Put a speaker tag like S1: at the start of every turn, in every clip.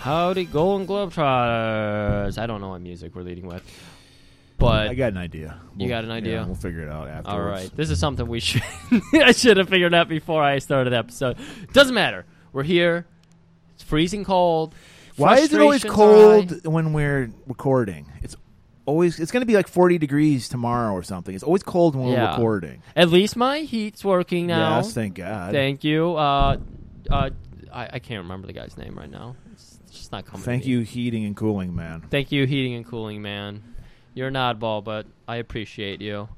S1: Howdy, Golden Globetrotters. I don't know what music we're leading with, but
S2: I got an idea.
S1: You got an
S2: yeah,
S1: idea?
S2: we'll figure it out afterwards.
S1: all right, this is something we should I should have figured out before I started the episode. Doesn't matter. We're here. It's freezing cold.
S2: Why is it always
S1: Frustrations are high.
S2: cold when we're recording? It's always it's going to be like 40 degrees tomorrow or something. It's always cold when we're
S1: Yeah.
S2: recording.
S1: At least my heat's working now.
S2: Yes, thank God.
S1: Thank you. Uh, uh, I, I can't remember the guy's name right now. It's it's just not coming. to
S2: Thank
S1: me.
S2: you, heating and cooling, man.
S1: Thank you, heating and cooling man. You're an oddball, but I appreciate you.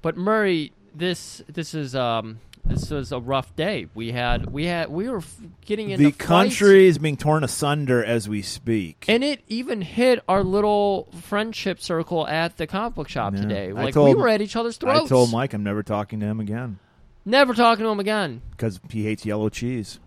S1: But Murray, this this is um this was a rough day. We had we had we were f- getting into
S2: The
S1: fights,
S2: country is being torn asunder as we speak.
S1: and it even hit our little friendship circle at the comic book shop
S2: Yeah.
S1: today.
S2: I
S1: Like
S2: told-
S1: we were at each other's
S2: I
S1: throats.
S2: told Mike I'm never talking to him again
S1: Never talking to him again.
S2: because he hates yellow cheese.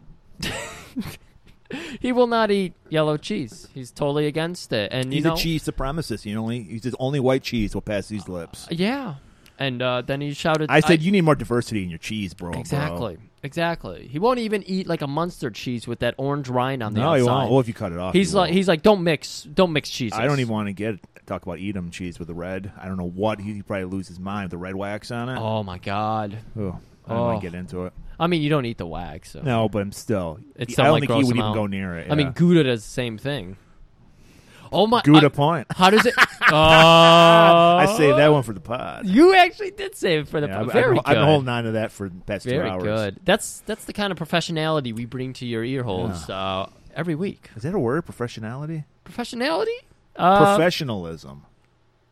S1: He will not eat yellow cheese. He's totally against it. And you
S2: He's
S1: know,
S2: a cheese supremacist. He only he's his only white cheese will pass these lips.
S1: yeah. And uh, then he shouted.
S2: I said you need more diversity in your cheese, bro. bro."
S1: Exactly. Exactly. He won't even eat like a Munster cheese with that orange rind on the
S2: No,
S1: outside.
S2: he won't. Well, if you cut it off,
S1: he's
S2: he
S1: like
S2: will.
S1: he's like don't mix don't mix cheeses.
S2: I don't even want to get talk about Edam cheese with the red. I don't know what he he'd probably lose his mind with the red wax on it.
S1: Oh my god.
S2: Ugh, I don't
S1: Oh.
S2: want to get into it.
S1: I mean, you don't eat the wax. So.
S2: No, but I'm still.
S1: It's
S2: I
S1: not
S2: don't
S1: like
S2: think
S1: gross
S2: he would even
S1: amount.
S2: go near it.
S1: I mean,
S2: yeah.
S1: Gouda does the same thing. Oh my
S2: Gouda
S1: I-
S2: point.
S1: how does it? Oh,
S2: I
S1: I
S2: saved that one for the pod.
S1: You actually did save it for the
S2: Yeah, I've,
S1: very
S2: I've,
S1: good.
S2: I've been holding on to that for the past
S1: very
S2: two hours.
S1: good. That's that's the kind of professionality we bring to your ear holes uh, every week.
S2: Is that a word? Professionality?
S1: Professionality. Uh,
S2: Professionalism.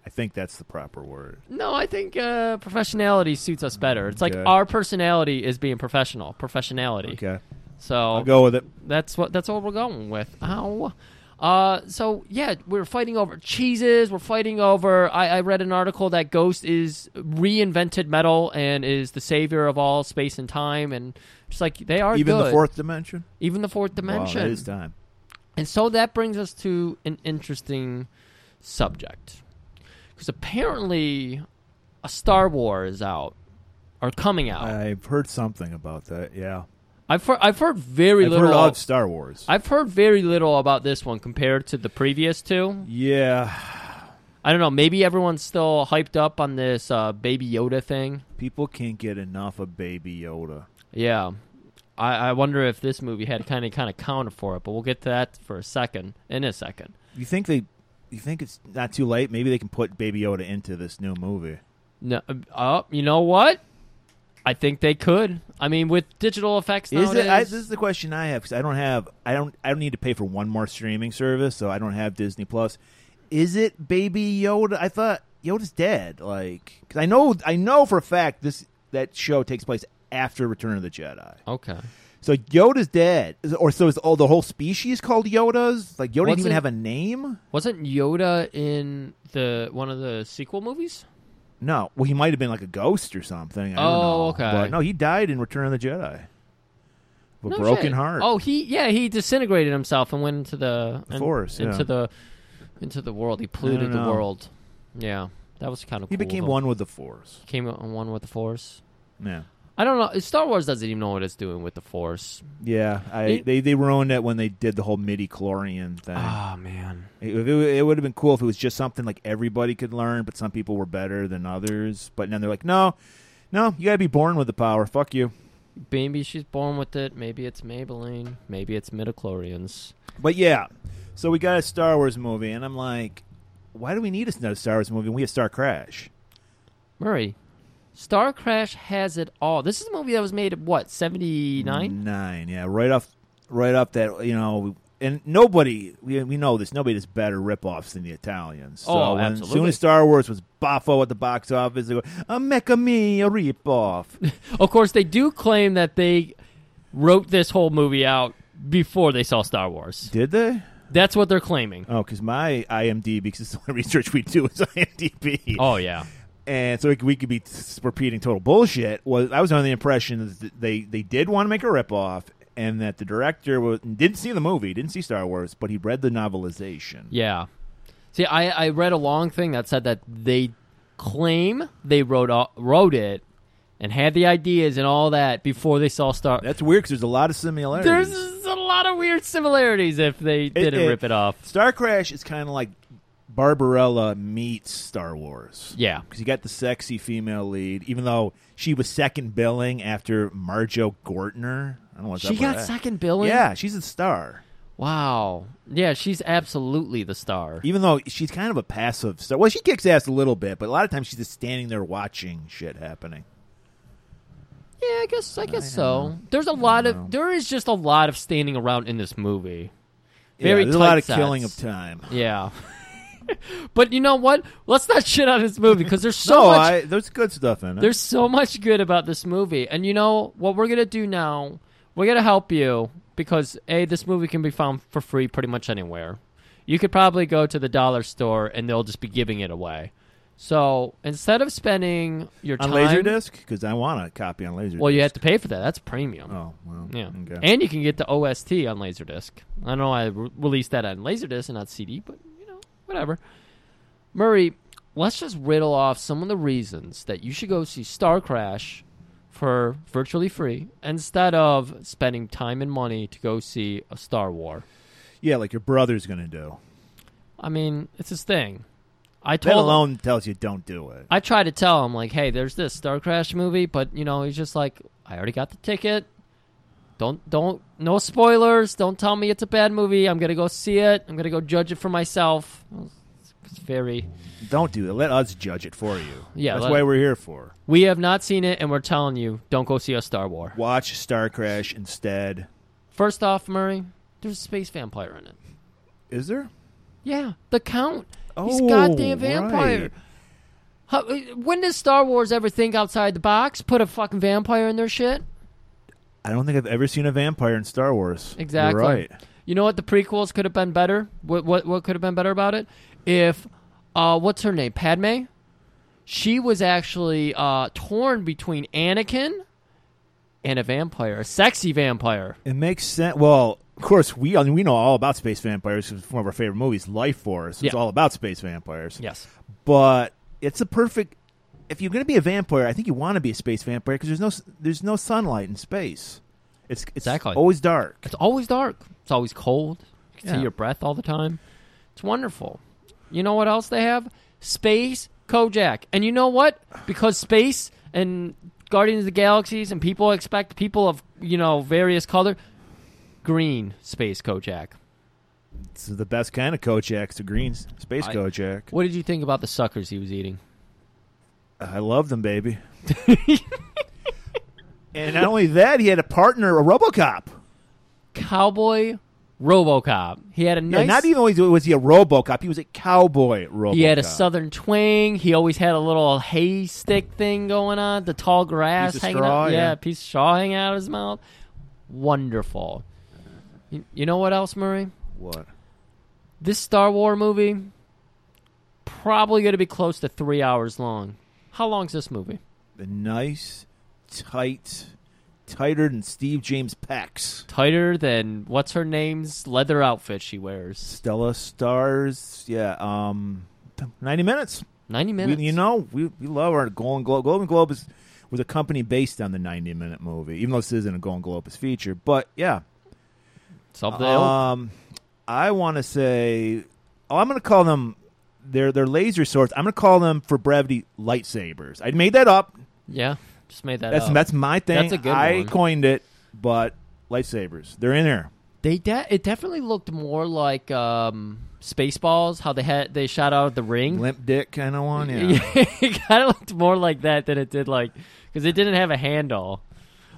S2: I think that's the proper word.
S1: No, I think uh, professionality suits us better. It's like
S2: Okay.
S1: our personality is being professional, professionality.
S2: Okay, I'll
S1: So
S2: go with it.
S1: that's what that's what we're going with. Ow. Uh, so yeah, we're fighting over cheeses. We're fighting over. I, I read an article that Ghost is reinvented metal and is the savior of all space and time, and just like they are
S2: Even
S1: good.
S2: the fourth dimension.
S1: even the fourth dimension.
S2: Wow, it is time.
S1: And so that brings us to an interesting subject. Because apparently, a Star Wars is out, or coming out.
S2: I've heard something about that. Yeah,
S1: I've, heard, I've heard very
S2: I've
S1: little.
S2: heard of Star Wars.
S1: I've heard very little about this one compared to the previous two.
S2: yeah,
S1: I don't know. Maybe everyone's still hyped up on this uh, Baby Yoda thing.
S2: People can't get enough of Baby Yoda.
S1: Yeah. I, I wonder if this movie had kind of kind of counted for it, but we'll get to that for a second in a second.
S2: You think they? You think it's not too late? Maybe they can put Baby Yoda into this new movie.
S1: No, uh, oh, you know what? I think they could. I mean, with digital effects
S2: Is Oh, it? I,
S1: nowadays,
S2: this is the question I have because I don't have. I don't. I don't need to pay for one more streaming service, so I don't have Disney Plus. Is it Baby Yoda? I thought Yoda's dead. Like, 'cause I know. I know for a fact this that show takes place after Return of the Jedi.
S1: okay.
S2: So Yoda's dead, Is- or so is all the whole species called Yodas? Like Yoda
S1: What's
S2: didn't even
S1: it-
S2: have a name.
S1: Wasn't Yoda in the one of the sequel movies?
S2: No, well, he might have been like a ghost or something. I don't
S1: Oh,
S2: know.
S1: okay.
S2: But no, he died in Return of the Jedi. With
S1: No
S2: broken
S1: shit.
S2: heart.
S1: Oh, he yeah, he disintegrated himself and went into the,
S2: The
S1: in-
S2: forest, yeah.
S1: into the into the world. He polluted the
S2: know.
S1: world. Yeah, that was kind of
S2: he
S1: cool,
S2: became
S1: though.
S2: one with the Force.
S1: Came on one with the Force.
S2: Yeah,
S1: I don't know. Star Wars doesn't even know what it's doing with the Force.
S2: yeah. I,
S1: It-
S2: they they ruined it when they did the whole midi chlorian thing.
S1: Ah man.
S2: it, it, it would have been cool if it was just something like everybody could learn, but some people were better than others. But then they're like, no, no, you gotta be born with the power. Fuck you.
S1: Maybe she's born with it. Maybe it's Maybelline. Maybe it's midichlorians.
S2: But yeah, so we got a Star Wars movie, and I'm like, why do we need another Star Wars movie? when We have Star Crash.
S1: Murray, Star Crash has it all. This is a movie that was made in what seventy nine?
S2: Nine, yeah, right off, right off that you know, and nobody we, we know this. Nobody does better ripoffs than the Italians. So
S1: Oh,
S2: when, As soon
S1: absolutely.
S2: as Star Wars was boffo at the box office, they go, "A mecha me a ripoff."
S1: Of course, they do claim that they wrote this whole movie out before they saw Star Wars.
S2: Did they?
S1: That's what they're claiming.
S2: Oh, because my IMDb, because the only research we do is IMDb.
S1: Oh yeah,
S2: and so we could, we could be s- repeating total bullshit. Was I was under the impression that they they did want to make a ripoff, and that the director was, didn't see the movie, didn't see Star Wars, but he read the novelization.
S1: yeah. See, I, I read a long thing that said that they claim they wrote all, wrote it, and had the ideas and all that before they saw Star.
S2: That's weird because there's a lot of similarities.
S1: There's a lot of weird similarities if they didn't rip it off.
S2: Star Crash is kind of like Barbarella meets Star Wars.
S1: Yeah.
S2: Because you got the sexy female lead, even though she was second billing after Marjo Gortner. I don't know what's
S1: She
S2: up
S1: got
S2: with that.
S1: second billing.
S2: Yeah, she's a star.
S1: Wow. Yeah, she's absolutely the star.
S2: Even though she's kind of a passive star. Well, she kicks ass a little bit, but a lot of times she's just standing there watching shit happening.
S1: Yeah, I guess I guess so. There's a lot of there is just a lot of standing around in this movie. Very
S2: yeah, there's a
S1: tight
S2: lot of
S1: sets.
S2: killing of time.
S1: Yeah. but you know what? Let's not shit on this movie because there's so
S2: no,
S1: much
S2: I, there's good stuff in it.
S1: there's so much good about this movie. And you know what we're gonna do now? We're gonna help you because a this movie can be found for free pretty much anywhere. You could probably go to the dollar store and they'll just be giving it away. So instead of spending your
S2: on
S1: time,
S2: Laserdisc? Because I want a copy on Laserdisc.
S1: well, you have to pay for that. That's premium.
S2: Oh, well.
S1: Yeah,
S2: Okay.
S1: and you can get the OST on Laserdisc. I know I re- released that on Laserdisc and not CD, but you know, whatever. Murray, let's just riddle off some of the reasons that you should go see Star Crash for virtually free instead of spending time and money to go see a Star War.
S2: yeah, like your brother's going to do.
S1: I mean, it's his thing. I
S2: That
S1: told him-
S2: alone tells you don't do it.
S1: I tried to tell him like, hey, there's this Star Crash movie, but you know, he's just like, I already got the ticket. Don't don't no spoilers. Don't tell me it's a bad movie. I'm gonna go see it. I'm gonna go judge it for myself. It's very
S2: Don't do it. Let us judge it for you.
S1: Yeah,
S2: that's
S1: let-
S2: why we're here for.
S1: we have not seen it, and we're telling you, don't go see a Star War.
S2: Watch Star Crash instead.
S1: First off, Murray, there's a space vampire in it.
S2: Is there?
S1: Yeah, the Count. He's
S2: Oh,
S1: goddamn vampire.
S2: right.
S1: How, when does Star Wars ever think outside the box? Put a fucking vampire in their shit?
S2: I don't think I've ever seen a vampire in Star Wars. You're
S1: Exactly.
S2: right.
S1: You know what? The prequels could have been better. What what what could have been better about it? If uh, what's her name? Padme. She was actually uh, torn between Anakin and a vampire, a sexy vampire.
S2: It makes sense. Well, of course, we I mean, we know all about space vampires. 'cause It's one of our favorite movies, Life Force. It's
S1: Yeah.
S2: all about space vampires.
S1: Yes.
S2: But it's a perfect. If you're going to be a vampire, I think you want to be a space vampire because there's no s- there's no sunlight in space. It's it's
S1: Exactly.
S2: always dark.
S1: It's always dark. It's always cold. You can
S2: Yeah.
S1: see your breath all the time. It's wonderful. You know what else they have? Space Kojak. And you know what? Because space and Guardians of the Galaxies and people expect people of, you know, various color green space Kojak.
S2: It's the best kind of Kojak, the green s- space
S1: I-
S2: Kojak.
S1: What did you think about the suckers he was eating?
S2: I love them, baby. and not only that, he had a partner, a RoboCop.
S1: Cowboy RoboCop. He had a
S2: Yeah,
S1: nice
S2: not even was, was he a RoboCop. He was a cowboy RoboCop.
S1: He had a southern twang. He always had a little hay stick thing going on. The tall grass
S2: Piece of
S1: hanging
S2: straw,
S1: out. Yeah,
S2: yeah.
S1: a piece of straw hanging out of his mouth. Wonderful. You, you know what else, Murray?
S2: What?
S1: This Star War movie probably going to be close to three hours long. How long's this movie?
S2: The nice, tight, tighter than Steve James Pax.
S1: Tighter than what's her name's leather outfit she wears.
S2: Stella Stars. Yeah. Um, ninety minutes.
S1: Ninety
S2: We-
S1: minutes.
S2: you know, we, we love our Golden Globe. Golden Globe is, was a company based on the ninety minute movie, even though this isn't a Golden Globus feature. But yeah,
S1: it's of the ilk.
S2: Um, I want to say, oh, I'm going to call them. They're they're laser swords. I'm going to call them for brevity lightsabers. I made that up.
S1: yeah. Just made that
S2: That's
S1: up.
S2: that's my thing.
S1: That's a good
S2: I
S1: one.
S2: coined it, but lightsabers. They're in there.
S1: They de- it definitely looked more like um, Spaceballs, how they had they shot out of the ring.
S2: Limp dick kind of one. Yeah.
S1: it kind of looked more like that than it did like because it didn't have a handle.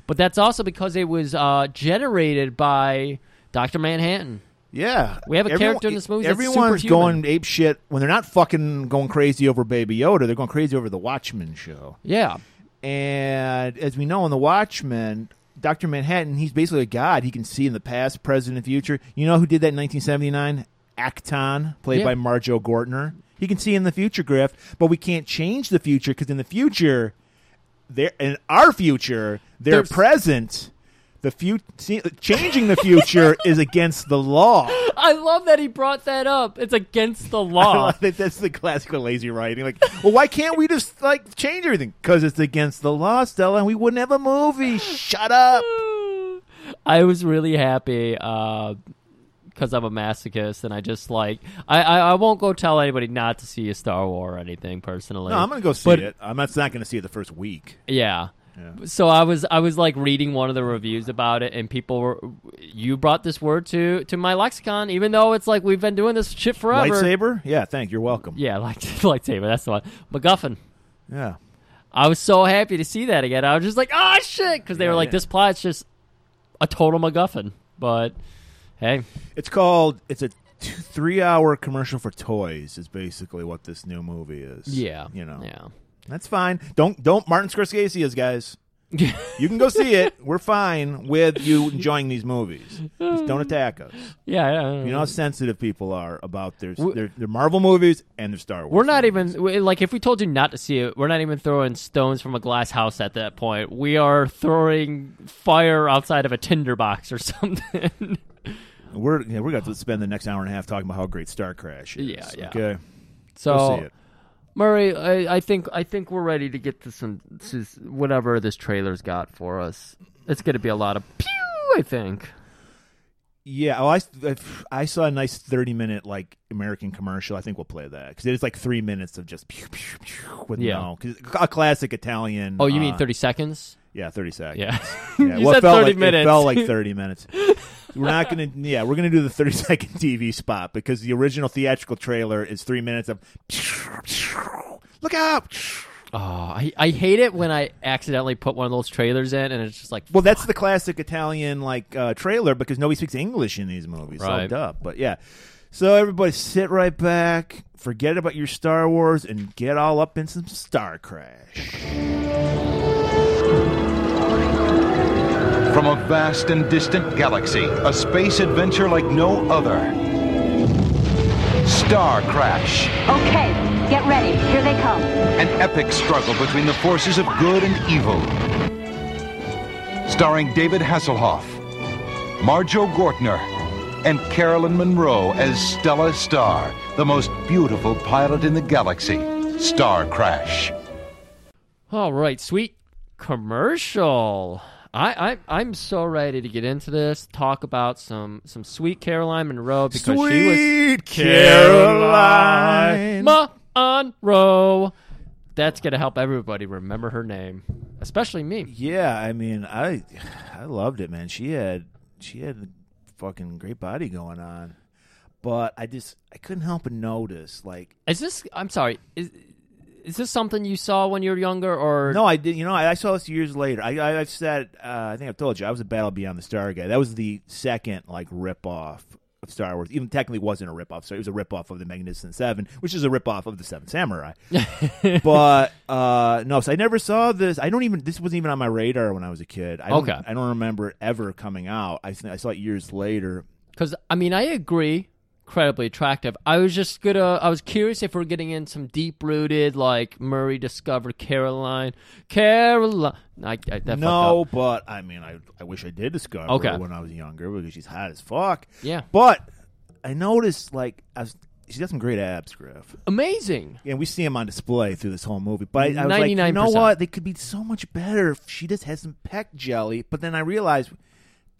S1: But that's also because it was uh, generated by Doctor Manhattan.
S2: Yeah.
S1: We have a character in this movie that's
S2: Everyone's
S1: superhuman.
S2: going ape shit when they're not fucking going crazy over Baby Yoda. They're going crazy over the Watchmen show.
S1: Yeah,
S2: And as we know in The Watchmen, Dr. Manhattan, he's basically a god. He can see in the past, present, and future. You know who did that in 1979? Acton, played
S1: Yeah.
S2: by Marjo Gortner. He can see in the future, Griff, but we can't change the future because in the future, they're, in our future, their
S1: There's-
S2: present, the few see, changing the future is against the law.
S1: I love that he brought that up. It's against the law.
S2: I think that's the classical lazy writing. Like, well, why can't we just like change everything? Because it's against the law, Stella, and we wouldn't have a movie. Shut up.
S1: I was really happy because I'm a masochist, and I just like I, I I won't go tell anybody not to see a Star War or anything personally.
S2: No, I'm gonna go see
S1: But-
S2: it. I'm not, not gonna see it the first week.
S1: yeah.
S2: Yeah.
S1: So I was I was like reading one of the reviews about it, and people were you brought this word to to my lexicon, even though it's like we've been doing this shit forever.
S2: Lightsaber? Yeah, thank. You're welcome.
S1: Yeah, like lightsaber. That's the one. MacGuffin.
S2: Yeah.
S1: I was so happy to see that again. I was just like, oh shit, because they
S2: Yeah,
S1: were like,
S2: yeah.
S1: this plot's just a total MacGuffin. But hey,
S2: It's called. It's a two, three-hour commercial for toys. Is basically what this new movie is.
S1: yeah,
S2: You know.
S1: yeah.
S2: That's fine. Don't don't Martin Scorsese is guys. You can go see it. We're fine with you enjoying these movies. Just don't attack us.
S1: Yeah, yeah,
S2: You know how sensitive people are about their
S1: We-
S2: their, their Marvel movies and their Star Wars.
S1: we're not
S2: movies.
S1: even we- like if we told you not to see it, we're not even throwing stones from a glass house at that point. We are throwing fire outside of a tinderbox or something.
S2: We're yeah, we're going to spend the next hour and a half talking about how great Star Crash is.
S1: Yeah, yeah.
S2: Okay.
S1: so
S2: Go see it.
S1: Murray, I, I think I think we're ready to get to some to s- whatever this trailer's got for us. It's going to be a lot of pew. I think.
S2: Yeah, oh, I, I saw a nice thirty minute like American commercial. I think we'll play that because it's like three minutes of just pew, pew, pew, with
S1: Yeah.
S2: no, 'cause a classic Italian.
S1: Oh, you mean
S2: uh,
S1: thirty seconds?
S2: Yeah, thirty seconds.
S1: Yeah.
S2: Yeah,
S1: you
S2: well, it
S1: said
S2: felt
S1: 30
S2: like,
S1: minutes.
S2: It felt like 30 minutes. we're not going to, yeah, we're going to do the 30 second TV spot because the original theatrical trailer is three minutes of look out.
S1: oh, I, I hate it when I accidentally put one of those trailers in and it's just like,
S2: Well, that's the classic Italian like uh, trailer because nobody speaks English in these movies. So
S1: Right.
S2: duh. But yeah. So everybody sit right back, forget about your Star Wars, and get all up in some Star Crash.
S3: From a vast and distant galaxy, a space adventure like no other. Star Crash,
S4: Okay, get ready. Here they come.
S3: an epic struggle between the forces of good and evil. Starring David Hasselhoff, Marjo Gortner, and Carolyn Monroe as Stella Star, the most beautiful pilot in the galaxy. Star Crash.
S1: all right, sweet commercial. I, I I'm so ready to get into this. Talk about some some sweet Caroline Monroe because she
S2: Sweet
S1: was
S2: Caroline.
S1: Monroe. That's gonna help everybody remember her name, especially me.
S2: Yeah, I mean, I I loved it, man. She had she had a fucking great body going on. But I just I couldn't help but notice like
S1: Is this? I'm sorry. Is is this something you saw when you were younger, or
S2: no, I did. You know, I, I saw this years later. I, I I've said, uh, I think I've told you, I was a Battle Beyond the Star guy. That was the second like ripoff of Star Wars. Even technically, wasn't a ripoff. So it was a ripoff of the Magnificent Seven, which is a ripoff of the Seven Samurai. but uh, no, so I never saw this. I don't even. This wasn't even on my radar when I was a kid. I don't-
S1: Okay.
S2: I don't remember it ever coming out. I s- I saw it years later.
S1: Because I mean, I agree, incredibly attractive. I was just gonna, I was curious if we're getting in some deep rooted, like Murray discovered Caroline, Caroline. I, I, that fucked
S2: no,
S1: up.
S2: but I mean, I I wish I did discover
S1: Okay.
S2: her when I was younger because she's hot as fuck.
S1: Yeah.
S2: but I noticed like I was, she's got some great abs, Griff,
S1: amazing.
S2: and we see them on display through this whole movie. But I, I was like, you know
S1: 99%.
S2: what? They could be so much better if she just has some pec jelly. But then I realized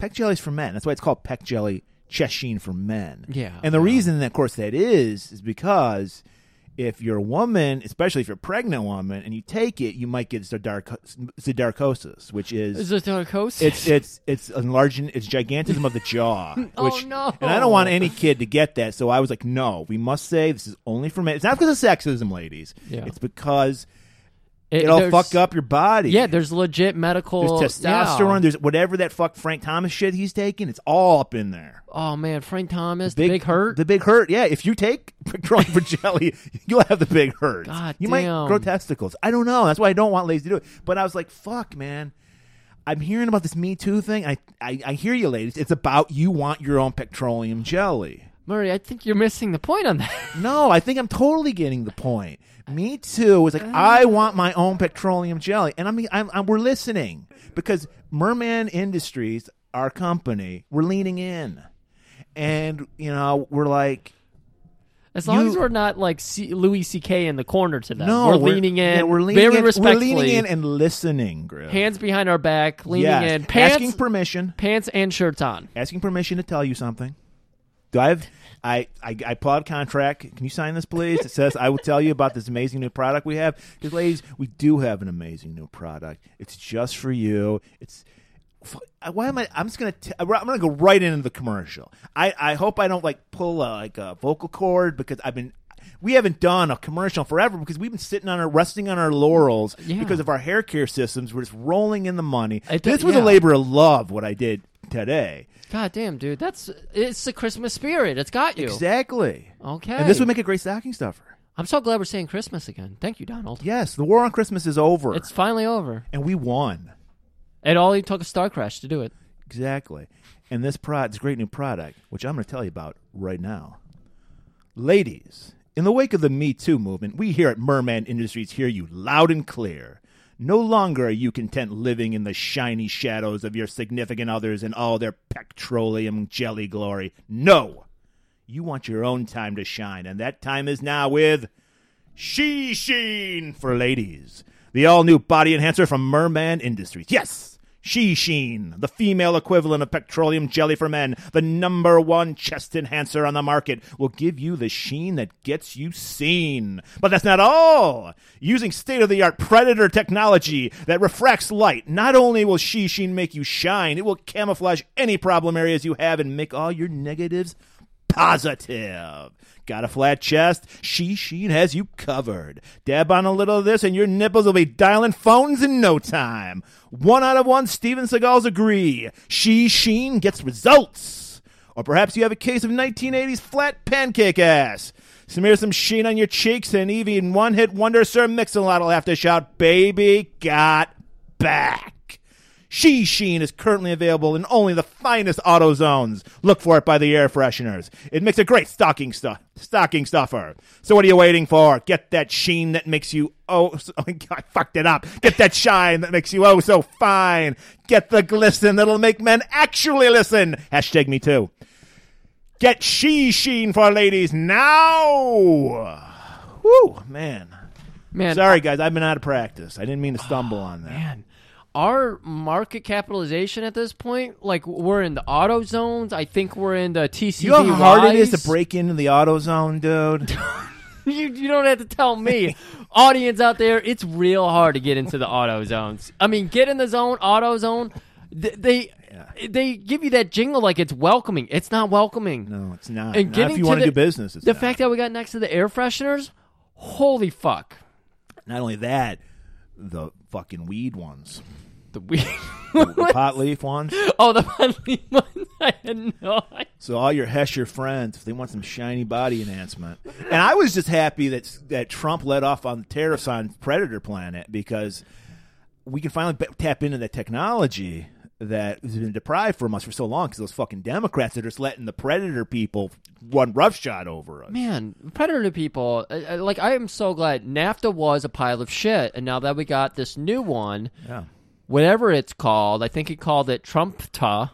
S2: pec jelly's for men. That's why it's called pec jelly cheshine for men.
S1: Yeah.
S2: and the reason, of course, that is is because. If you're a woman, especially if you're a pregnant woman, and you take it, you might get zodiaco- zodiacosis, which is
S1: Is this a coast?
S2: it's it's it's enlarging it's gigantism of the jaw.
S1: Oh,
S2: which-
S1: no.
S2: And I don't want any kid to get that, so I was like, no, we must say this is only for men. It's not because of sexism, ladies.
S1: Yeah.
S2: It's because
S1: It-
S2: it'll
S1: there's-
S2: fuck up your body.
S1: Yeah, there's legit medical
S2: There's testosterone.
S1: yeah.
S2: There's whatever that fuck Frank Thomas shit he's taking. It's all up in there.
S1: Oh man, Frank Thomas, the big, hurt.
S2: The big hurt. Yeah, if you take growing for jelly, you'll have the big hurt.
S1: God
S2: you might
S1: damn.
S2: grow testicles. I don't know. That's why I don't want ladies to do it. But I was like, fuck, man. I'm hearing about this Me Too thing. I, I, I hear you, ladies. It's about you want your own petroleum jelly.
S1: Murray, I think you're missing the point on that.
S2: No, I think I'm totally getting the point. Me too. It's like I
S1: Uh.
S2: want my own petroleum jelly, and I mean, I'm, I'm we're listening because Merman Industries. our company, we're leaning in, and you know we're like,
S1: As long
S2: You-
S1: as we're not like C- Louis C.K. in the corner to them,
S2: no,
S1: we're, leaning in.
S2: yeah, we're leaning
S1: very
S2: in,
S1: respectfully.
S2: we're leaning in and listening, Griff.
S1: hands behind our back, leaning
S2: Yes.
S1: in, pants,
S2: asking permission,
S1: pants and shirts on.
S2: asking permission to tell you something. Do I have? I, I, I applaud contract. Can you sign this, please? It says I will tell you about this amazing new product we have. Because, ladies, we do have an amazing new product. It's just for you. It's f- why am I? I'm just gonna t- I'm gonna go right into the commercial. I I hope I don't like pull a, like a vocal cord because I've been. We haven't done a commercial forever because we've been sitting on our resting on our laurels
S1: Yeah.
S2: because of our hair care systems. We're just rolling in the money.
S1: I thi-
S2: this was
S1: yeah.
S2: a labor of love. What I did today.
S1: God damn, dude, that's it's the Christmas spirit. It's got you.
S2: Exactly.
S1: Okay.
S2: And this would make a great stocking stuffer.
S1: I'm so glad we're saying Christmas again. Thank you, Donald.
S2: Yes, the war on Christmas is over.
S1: It's finally over.
S2: and we won.
S1: It only took a star crash to do it.
S2: Exactly. And this product, this great new product, which I'm going to tell you about right now. Ladies, in the wake of the Me Too movement, we here at Merman Industries hear you loud and clear. No longer are you content living in the shiny shadows of your significant others and all their petroleum jelly glory. No! You want your own time to shine, and that time is now with She Sheen for ladies. The all new body enhancer from Merman Industries. Yes! She Sheen, the female equivalent of petroleum jelly for men, the number one chest enhancer on the market, will give you the sheen that gets you seen. But that's not all! Using state of the art predator technology that refracts light, not only will She Sheen make you shine, it will camouflage any problem areas you have and make all your negatives positive. Got a flat chest? She Sheen has you covered. Dab on a little of this, and your nipples will be dialing phones in no time. One out of one Steven Seagal's agree. She Sheen gets results. Or perhaps you have a case of 1980s flat pancake ass. Smear some sheen on your cheeks, and even one hit wonder Sir Mix-a-Lot will have to shout, Baby got back. She Sheen is currently available in only the finest auto zones. Look for it by the air fresheners. It makes a great stocking stuff stocking stuffer. So what are you waiting for? Get that sheen that makes you oh, so, oh God, I fucked it up. Get that shine that makes you oh so fine. Get the glisten that'll make men actually listen. Hashtag me too. Get she sheen for ladies now. Whew, man.
S1: Man,
S2: Sorry guys, I've been out of practice. I didn't mean to stumble on that.
S1: man, our market capitalization at this point, like we're in the auto zones. I think we're in the TCB.
S2: You know how hard it is to break into the auto zone, dude?
S1: you, you don't have to tell me. Audience out there, it's real hard to get into the auto zones. I mean, get in the zone, auto zone. They they, they give you that jingle like it's welcoming. It's not welcoming.
S2: No, it's not.
S1: And
S2: Not
S1: getting
S2: if you
S1: to
S2: want
S1: the-
S2: to do business, it's
S1: the
S2: not.
S1: fact that we got next to the air fresheners, holy fuck.
S2: not only that, the fucking weed ones,
S1: The weed.
S2: the pot leaf ones.
S1: oh, the Bentley one. I had no idea.
S2: So all your Hesher friends, if they want some shiny body enhancement, and I was just happy that that Trump let off on tariffs on Predator Planet because we can finally ba- tap into that technology that has been deprived from us for so long because those fucking Democrats that are just letting the Predator people run roughshod over us.
S1: Man, predator people. uh, uh, Like, I am so glad NAFTA was a pile of shit, and now that we got this new one,
S2: Yeah.
S1: whatever it's called, I think he called it Trumpta.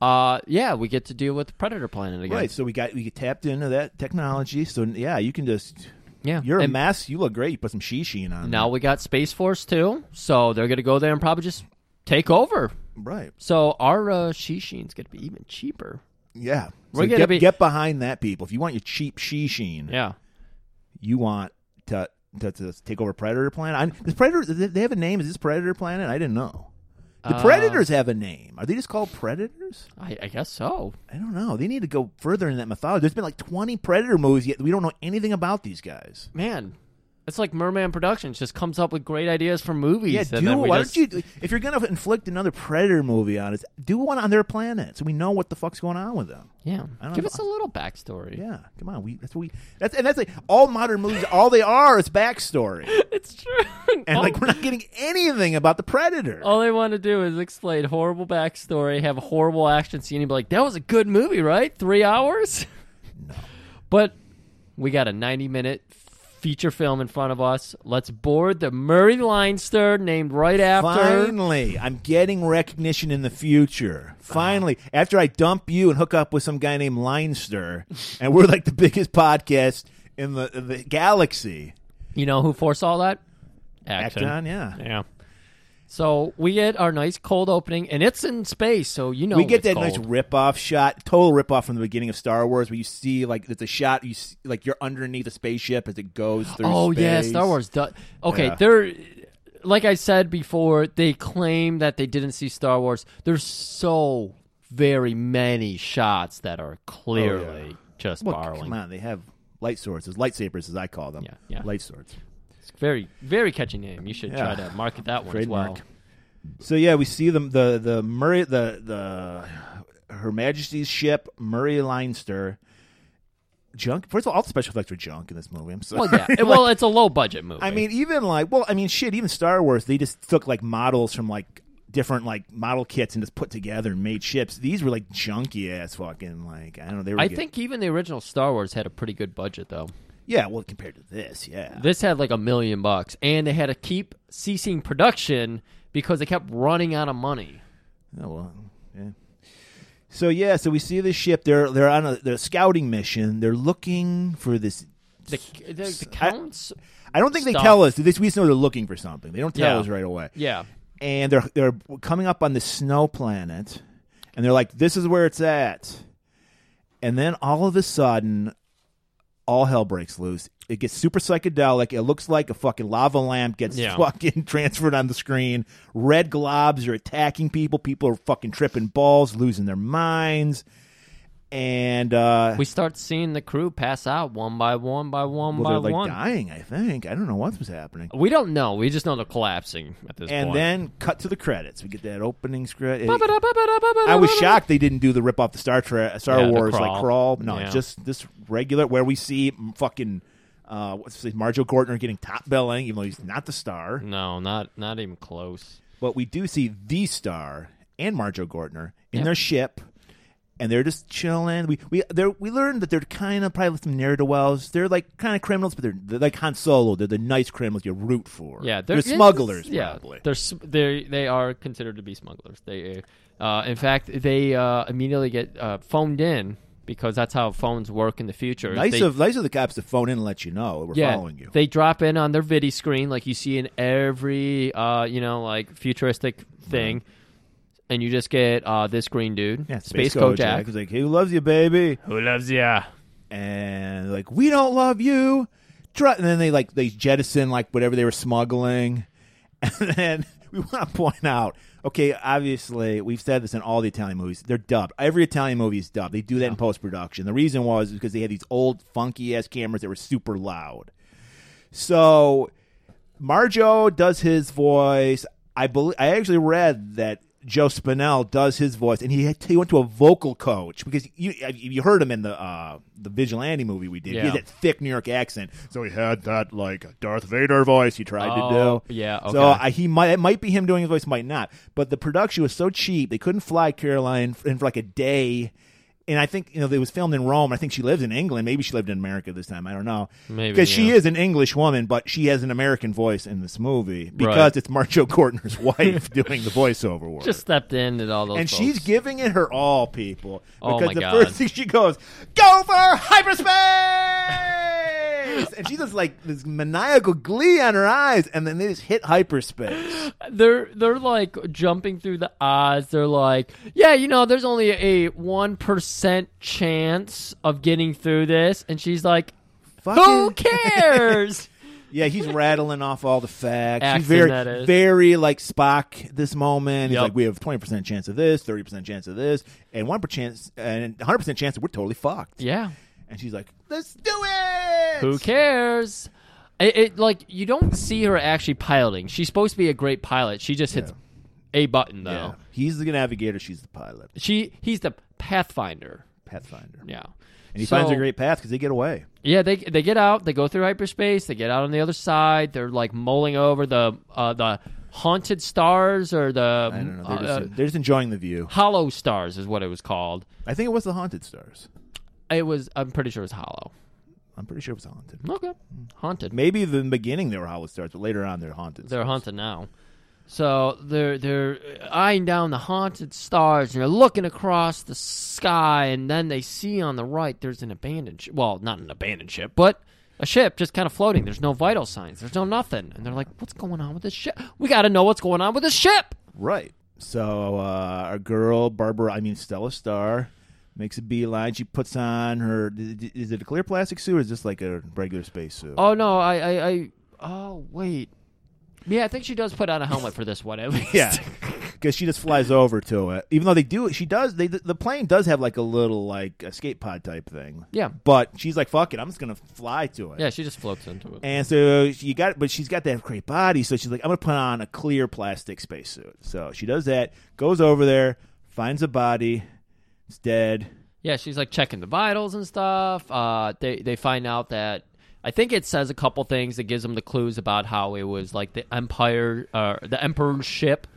S1: Uh, yeah, we get to deal with Predator Planet again.
S2: Right, so we got we tapped into that technology. So yeah, you can just
S1: Yeah,
S2: You're a
S1: and-
S2: mess. You look great. You put some she sheen on.
S1: Now we got Space Force too, so they're gonna go there and probably just take over.
S2: right?
S1: So our uh, Shishin's gonna be even cheaper.
S2: Yeah.
S1: We're
S2: So
S1: gonna
S2: get,
S1: be-
S2: get behind that, people. If you want your cheap she sheen,
S1: Yeah.
S2: you want to, to to take over Predator Planet. I, this Predator, they have a name. Is this Predator Planet? I didn't know. The
S1: Uh,
S2: Predators have a name. Are they just called Predators?
S1: I, I guess so.
S2: I don't know. They need to go further in that mythology. There's been like 20 Predator movies yet we don't know anything about these guys.
S1: Man, it's like Merman Productions just comes up with great ideas for movies.
S2: Yeah,
S1: and
S2: do
S1: then we
S2: why
S1: just-
S2: don't you? If you're gonna inflict another Predator movie on us, do one on their planet so we know what the fuck's going on with them.
S1: Yeah,
S2: I don't
S1: give
S2: know.
S1: us a little backstory.
S2: Yeah, come on. We that's what we that's and that's like all modern movies. All they are is backstory,
S1: It's true.
S2: and
S1: all,
S2: like we're not getting anything about the predator.
S1: all they want to do is explain horrible backstory, have a horrible action scene, and be like, "That was a good movie, right? Three hours." No, but we got a ninety-minute feature film in front of us. Let's board the Murray Leinster, named right after.
S2: Finally, I'm getting recognition in the future. Finally, after I dump you and hook up with some guy named Leinster, and we're like the biggest podcast in the in the galaxy.
S1: You know who foresaw that? Action.
S2: Acton, yeah.
S1: Yeah. So we get our nice cold opening, and it's in space, so you know
S2: we get
S1: it's
S2: that
S1: cold.
S2: nice rip-off shot, total rip-off from the beginning of Star Wars, where you see like it's a shot, you see, like you're underneath a spaceship as it goes through.
S1: Oh yeah,
S2: space.
S1: Star Wars. Do- okay,
S2: Yeah.
S1: they're like I said before, they claim that they didn't see Star Wars. There's so very many shots that are clearly just
S2: Oh, Well,
S1: borrowing.
S2: Come on, they have light swords, as lightsabers as I call them.
S1: Yeah, yeah.
S2: light swords.
S1: Very, very catchy name. You should
S2: Yeah.
S1: try to market that one as well.
S2: Trademark. So yeah, we see the the the Murray the the Her Majesty's ship Murray Leinster junk. First of all, all the special effects were junk in this movie. I'm sorry.
S1: Well, yeah. It- well, it's a low budget movie.
S2: I mean, even like well, I mean, shit. Even Star Wars, they just took like models from like different like model kits and just put together and made ships. These were like junky ass fucking like I don't know. They were.
S1: I
S2: get-
S1: think even the original Star Wars had a pretty good budget though.
S2: yeah. Well, compared to this, yeah.
S1: This had like a million bucks, and they had to keep ceasing production because they kept running out of money.
S2: Oh well, yeah. So yeah, so we see this ship. They're they're on a they're a scouting mission. They're looking for this.
S1: The, the, the counts,
S2: I don't think
S1: Stuff.
S2: they tell us. They- We just know they're looking for something. They don't tell
S1: Yeah.
S2: us right away.
S1: yeah.
S2: And they're they're coming up on the snow planet, and they're like, "This is where it's at." And then all of a sudden, all hell breaks loose. It gets super psychedelic. It looks like a fucking lava lamp gets
S1: Yeah.
S2: fucking transferred on the screen. Red globs are attacking people. People are fucking tripping balls, losing their minds. And uh,
S1: We start seeing the crew pass out one by one by one
S2: well,
S1: by
S2: they're like
S1: one.
S2: dying. I think I don't know what was happening.
S1: We don't know. We just know they're collapsing at this
S2: And
S1: point.
S2: then cut to the credits. We get that opening script. I
S1: I
S2: was shocked they didn't do the rip off the Star Trek, Star
S1: Yeah, the
S2: Wars
S1: crawl.
S2: like crawl. No,
S1: Yeah.
S2: just this regular where we see m- fucking uh, what's his Marjo Gortner getting top billing, even though he's not the star.
S1: No, not not even close.
S2: But we do see the star and Marjo Gortner in
S1: Yeah.
S2: their ship, and they're just chilling. We we they we learned that they're kind of probably with some ne'er do wells. They're like kind of criminals, but they're, they're like Han Solo. They're the nice criminals you root for.
S1: Yeah,
S2: they're, smugglers.
S1: Yeah,
S2: probably.
S1: they're s- they they are considered to be smugglers. They, uh, in fact, they uh, immediately get uh, phoned in because that's how phones work in the future. is
S2: Nice
S1: they,
S2: of nice of the cops to phone in and let you know we're
S1: yeah,
S2: following you.
S1: They drop in on their video screen like you see in every uh, you know like futuristic thing, and you just get uh, this green dude,
S2: Yeah,
S1: Space, Kojak.
S2: He's like, "Who loves you, baby?"
S1: Who loves ya?
S2: And they're like, "We don't love you." Try-" And then they like they jettison like whatever they were smuggling. And then we want to point out, okay, obviously we've said this in all the Italian movies. They're dubbed. Every Italian movie is dubbed. They do that in post production. The reason was because they had these old funky ass cameras that were super loud. So Marjo does his voice. I believe I actually read that Joe Spinell does his voice, and he, had- he went to a vocal coach because you you heard him in the uh, the Vigilante movie we did. He
S1: Yeah.
S2: had that thick New York accent, so he had that like Darth Vader voice he tried
S1: Oh,
S2: to do.
S1: yeah,
S2: So
S1: okay.
S2: I, he might it might be him doing his voice, might not. But the production was so cheap they couldn't fly Caroline in for like a day. And I think you know it was filmed in Rome. I think she lives in England. Maybe she lived in America this time. I don't know
S1: Maybe,
S2: because she
S1: yeah.
S2: is an English woman, but she has an American voice in this movie because
S1: Right.
S2: it's Marjo Gortner's wife doing the voiceover work.
S1: Just stepped in and all those.
S2: and
S1: folks.
S2: she's giving it her all, people.
S1: Oh,
S2: Because
S1: my
S2: the
S1: God.
S2: first thing she goes, "Go for hyperspace," and she does like this maniacal glee on her eyes, and then they just hit hyperspace.
S1: they're they're like jumping through the odds. They're like, yeah, you know, there's only a one percent chance of getting through this, and she's like, who
S2: Fucking-
S1: cares?
S2: Yeah, he's rattling off all the facts.
S1: Accent,
S2: he's very,
S1: that is.
S2: very like Spock this moment. He's
S1: Yep.
S2: like, we have twenty percent chance of this, thirty percent chance of this, and one percent and hundred percent chance that we're totally fucked.
S1: yeah,
S2: And she's like, let's do it.
S1: who cares? It, it like you don't see her actually piloting. She's supposed to be a great pilot. She just hits a button though.
S2: Yeah. He's the navigator. She's the pilot.
S1: She he's the pathfinder.
S2: Pathfinder.
S1: Yeah,
S2: And he
S1: So-
S2: finds a great path because they get away.
S1: Yeah, they they get out, they go through hyperspace, they get out on the other side. They're like mulling over the uh, the haunted stars or the
S2: I don't know.
S1: uh,
S2: They're, just,
S1: uh,
S2: they're just enjoying the view.
S1: hollow stars is what it was called.
S2: I think it was the haunted stars.
S1: It was I'm pretty sure it was hollow.
S2: I'm pretty sure it was haunted.
S1: Okay.
S2: Hmm.
S1: Haunted.
S2: Maybe the beginning they were hollow stars, but later on they're haunted.
S1: They're haunted now. So they're they're eyeing down the haunted stars and they're looking across the sky and then they see on the right there's an abandoned ship. Well, not an abandoned ship, but a ship just kind of floating. There's no vital signs. There's no nothing. And they're like, "What's going on with this ship? We got to know what's going on with this ship."
S2: Right. So uh, our girl Barbara, I mean Stella Star, makes a beeline. She puts on her. Is it a clear plastic suit or is this like a regular space suit?
S1: Oh no, I I, I oh wait. Yeah, I think she does put on a helmet for this one at least.
S2: Yeah, because she just flies over to it. Even though they do, she does. They the plane does have like a little like escape pod type thing.
S1: Yeah.
S2: but she's like, "Fuck it, I'm just gonna fly to it."
S1: yeah, she just floats into it.
S2: And so you got, but she's got that great body, so she's like, "I'm gonna put on a clear plastic spacesuit." So she does that, goes over there, finds a body, it's dead.
S1: Yeah, she's like checking the vitals and stuff. Uh, they they find out that I think it says a couple things that gives them the clues about how it was like the empire, uh, the emperor's ship,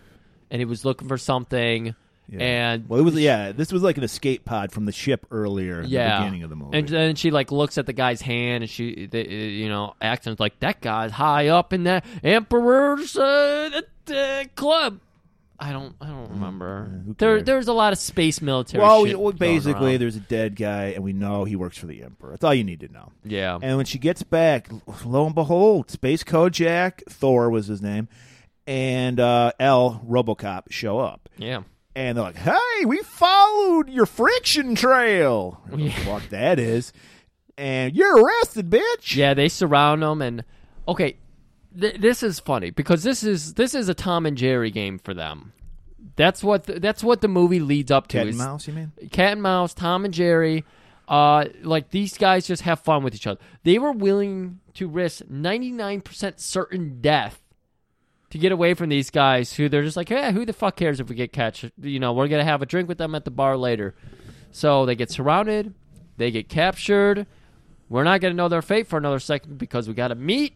S1: and he was looking for something. And
S2: Well, it was yeah. This was like an escape pod from the ship earlier, in
S1: yeah,
S2: the beginning of the movie.
S1: and then she like looks at the guy's hand, and she, they, you know, acts and like that guy's high up in that emperor's uh, uh, club. I don't, I don't remember.
S2: Mm-hmm. who
S1: there,
S2: cares?
S1: there's a lot of space military.
S2: well,
S1: shit
S2: we- well,
S1: going
S2: basically,
S1: around.
S2: there's a dead guy, and we know he works for the emperor. That's all you need to know.
S1: yeah,
S2: And when she gets back, lo and behold, Space Kojak, Thor was his name, and uh, L RoboCop show up.
S1: yeah.
S2: and they're like, "Hey, we followed your friction trail." I don't know
S1: Yeah.
S2: What the fuck that is? And you're arrested, bitch.
S1: Yeah, they surround them, and okay, th- this is funny because this is this is a Tom and Jerry game for them. That's what the, that's what the movie leads up to.
S2: Cat
S1: is
S2: and mouse, you mean?
S1: Cat and Mouse, Tom and Jerry. Uh, like these guys just have fun with each other. They were willing to risk ninety nine percent certain death to get away from these guys who they're just like, hey, who the fuck cares if we get catch? You know, we're gonna have a drink with them at the bar later. So they get surrounded, they get captured. We're not gonna know their fate for another second because we gotta meet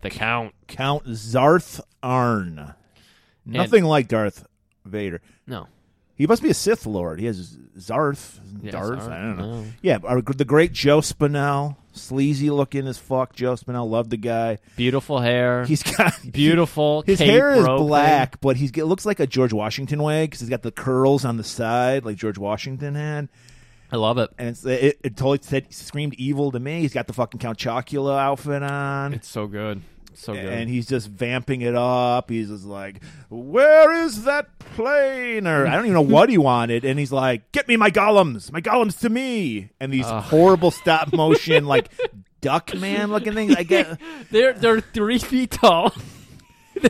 S1: the count.
S2: Count Zarth Arn. Nothing like Darth Vader.
S1: No,
S2: He must be a Sith Lord. He has Zarth,
S1: Yeah,
S2: Darth.
S1: Zarth,
S2: I don't know.
S1: no.
S2: Yeah, our, the great Joe Spinell, sleazy looking as fuck. Joe Spinell, love the guy.
S1: beautiful hair.
S2: He's got
S1: beautiful.
S2: His
S1: cape
S2: hair is
S1: rope thing.
S2: black, but he's it looks like a George Washington wig because he's got the curls on the side like George Washington had.
S1: I love it.
S2: and it's, it, it totally said screamed evil to me. He's got the fucking Count Chocula outfit on,
S1: It's so good. So good.
S2: and he's just vamping it up. He's just like, "Where is that plane?" Or I don't even know what he wanted. And he's like, "Get me my golems, my golems to me!" And these horrible stop motion like duck man looking things. I get
S1: They're they're three feet tall.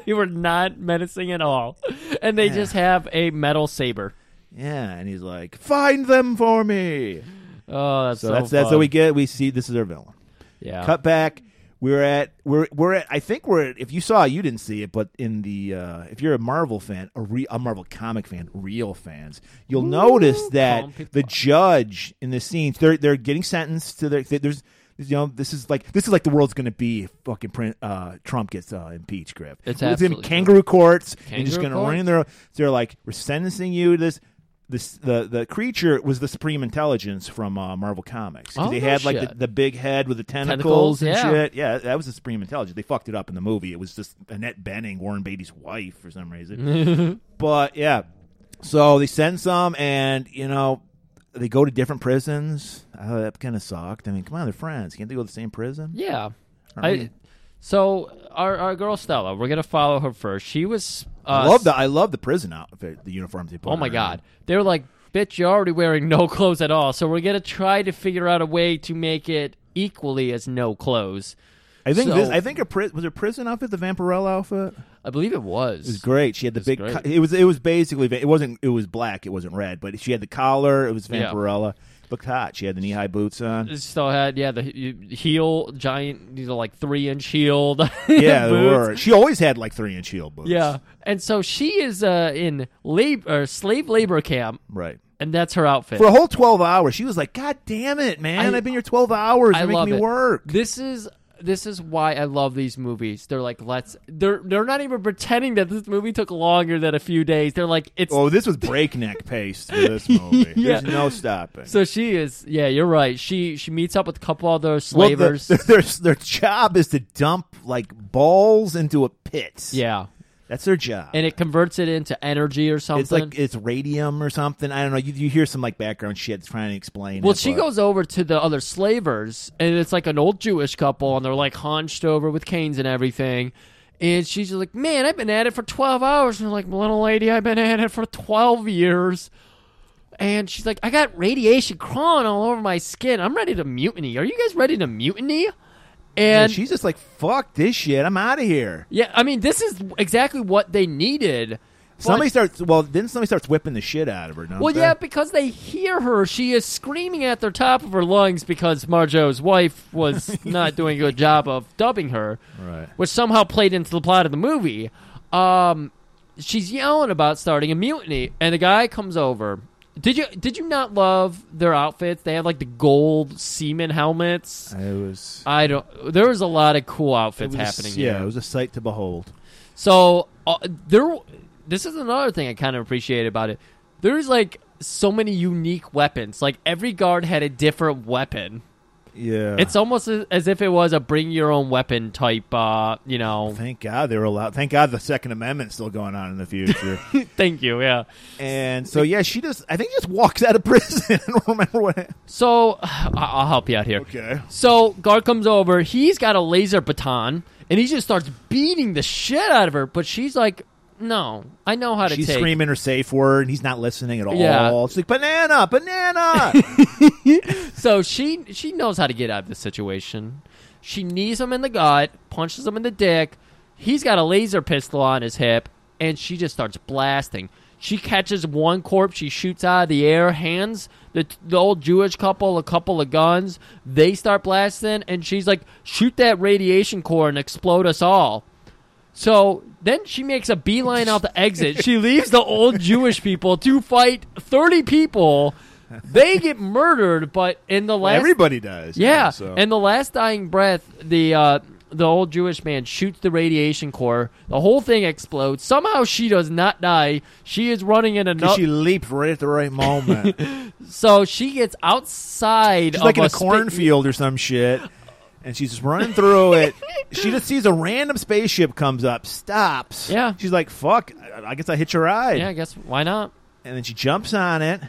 S1: they were not menacing at all, and they just have a metal saber.
S2: yeah. And he's like, "Find them for me."
S1: Oh, that's
S2: So,
S1: so,
S2: that's that's
S1: fun.
S2: what we get. We see this is our villain.
S1: yeah.
S2: cut back. We're at we're we're at I think we're at, if you saw it, you didn't see it but in the uh, if you're a Marvel fan a, re, a Marvel comic fan real fans you'll notice that
S1: calm people
S2: the judge in the scenes they're they're getting sentenced to their there's you know this is like this is like the world's gonna be if fucking print, uh, Trump gets uh, impeached Griff
S1: It's
S2: in
S1: absolutely
S2: kangaroo courts and
S1: Kangaroo
S2: just gonna
S1: court?
S2: run in there they're like we're sentencing you to this. This, the the creature was the supreme intelligence from uh, Marvel Comics. 'Cause
S1: Oh,
S2: they
S1: no
S2: had like the,
S1: shit.
S2: the big head with the ten tentacles
S1: Tentacles,
S2: and
S1: yeah.
S2: shit. Yeah, that was the Supreme Intelligence. They fucked it up in the movie. It was just Annette Benning, Warren Beatty's wife, for some reason. but yeah, so they send some, and you know they go to different prisons. Oh, that kind of sucked. I mean, come on, they're friends. Can't they go to the same prison?
S1: yeah. I,
S2: Alright.
S1: so our our girl Stella, we're gonna follow her first. She was uh,
S2: I love the I love the prison outfit, the uniforms they put.
S1: Oh my
S2: her in.
S1: god, they were like, "Bitch, you're already wearing no clothes at all." So we're gonna try to figure out a way to make it equally as no clothes.
S2: I think this,
S1: So-
S2: I think her pri- was her prison outfit the Vampirella outfit.
S1: I believe it was.
S2: It was great. She had the big.
S1: great.
S2: Co- it was it was basically va- it wasn't it was black. It wasn't red, but she had the collar. It was
S1: Yeah.
S2: Vampirella. Looked hot. She had the knee high boots on.
S1: Still had yeah the he- heel giant these are like three inch heeled
S2: Yeah, they
S1: boots.
S2: were. She always had like three inch heel boots.
S1: Yeah, and so she is uh, in labor or slave labor camp,
S2: right.
S1: and that's her outfit.
S2: For a whole twelve hours, she was like, "God damn it, man!
S1: I-
S2: I've been here twelve hours.
S1: I
S2: You're making
S1: love
S2: me
S1: it.
S2: work."
S1: This is this is why I love these movies. They're like let's they're they're not even pretending that this movie took longer than a few days. They're like it's
S2: Oh, this was breakneck pace for this movie.
S1: Yeah.
S2: There's no stopping.
S1: so she is yeah, you're right. She she meets up with a couple other
S2: Well, the-
S1: slavers.
S2: their, their job is to dump like balls into a pit.
S1: yeah.
S2: that's their job.
S1: And it converts it into energy or something.
S2: it's like it's radium or something. I don't know. You, you hear some like background shit trying to explain.
S1: Well,
S2: it,
S1: she
S2: but-
S1: goes over to the other slavers, and it's like an old Jewish couple, and they're like hunched over with canes and everything. And she's just like, "Man, I've been at it for twelve hours." And they're like, "Little lady, I've been at it for twelve years." And she's like, "I got radiation crawling all over my skin. I'm ready to mutiny. Are you guys ready to mutiny?"
S2: And
S1: And
S2: she's just like, "Fuck this shit. I'm out of here."
S1: yeah, I mean, this is exactly what they needed.
S2: Somebody starts. Well, then somebody starts whipping the shit out of her. Don't
S1: Well,
S2: they?
S1: yeah, because they hear her. She is screaming at the top of her lungs because Marjo's wife was not doing a good job of dubbing her,
S2: Right.
S1: which somehow played into the plot of the movie. Um, she's yelling about starting a mutiny, and the guy comes over. Did you did you not love their outfits? They had like the gold seaman helmets.
S2: It was.
S1: I don't. There was a lot of cool
S2: it
S1: outfits
S2: was-
S1: happening.
S2: Yeah,
S1: here.
S2: it was a sight to behold.
S1: So uh, there, this is another thing I kind of appreciate about it. There's like so many unique weapons. Like every guard had a different weapon.
S2: Yeah,
S1: It's almost as as if it was a bring your own weapon type. Uh, you know,
S2: Thank God they were allowed. Thank God the Second Amendment's still going on in the future.
S1: thank you. Yeah.
S2: and so yeah, she just I think just walks out of prison. I don't remember what. hap-
S1: So I- I'll help you out here.
S2: Okay.
S1: So guard comes over. He's got a laser baton, and he just starts beating the shit out of her. But she's like, "No, I know how to
S2: She's
S1: take."
S2: screaming her safe word, and he's not listening at all.
S1: Yeah.
S2: She's like banana, banana.
S1: So she she knows how to get out of this situation. She knees him in the gut, punches him in the dick. He's got a laser pistol on his hip, and she just starts blasting. She catches one corpse, she shoots out of the air, hands the, the old Jewish couple a couple of guns. They start blasting, and she's like, shoot that radiation core and explode us all. So then she makes a beeline out the exit. She leaves the old Jewish people to fight 30 people. They get murdered, but in the last
S2: Everybody does.
S1: yeah,
S2: so.
S1: and the last dying breath, the uh, the old Jewish man shoots the radiation core. The whole thing explodes. Somehow she does not die. She is running in another.
S2: 'Cause she leaped right at the right moment.
S1: so she gets outside
S2: She's
S1: of
S2: like in a
S1: spa-
S2: cornfield or some shit. And she's just running through it. She just sees a random spaceship comes up, stops.
S1: Yeah.
S2: She's like, fuck, I I guess I hitch a ride.
S1: Yeah, I guess why not?
S2: And then she jumps on it.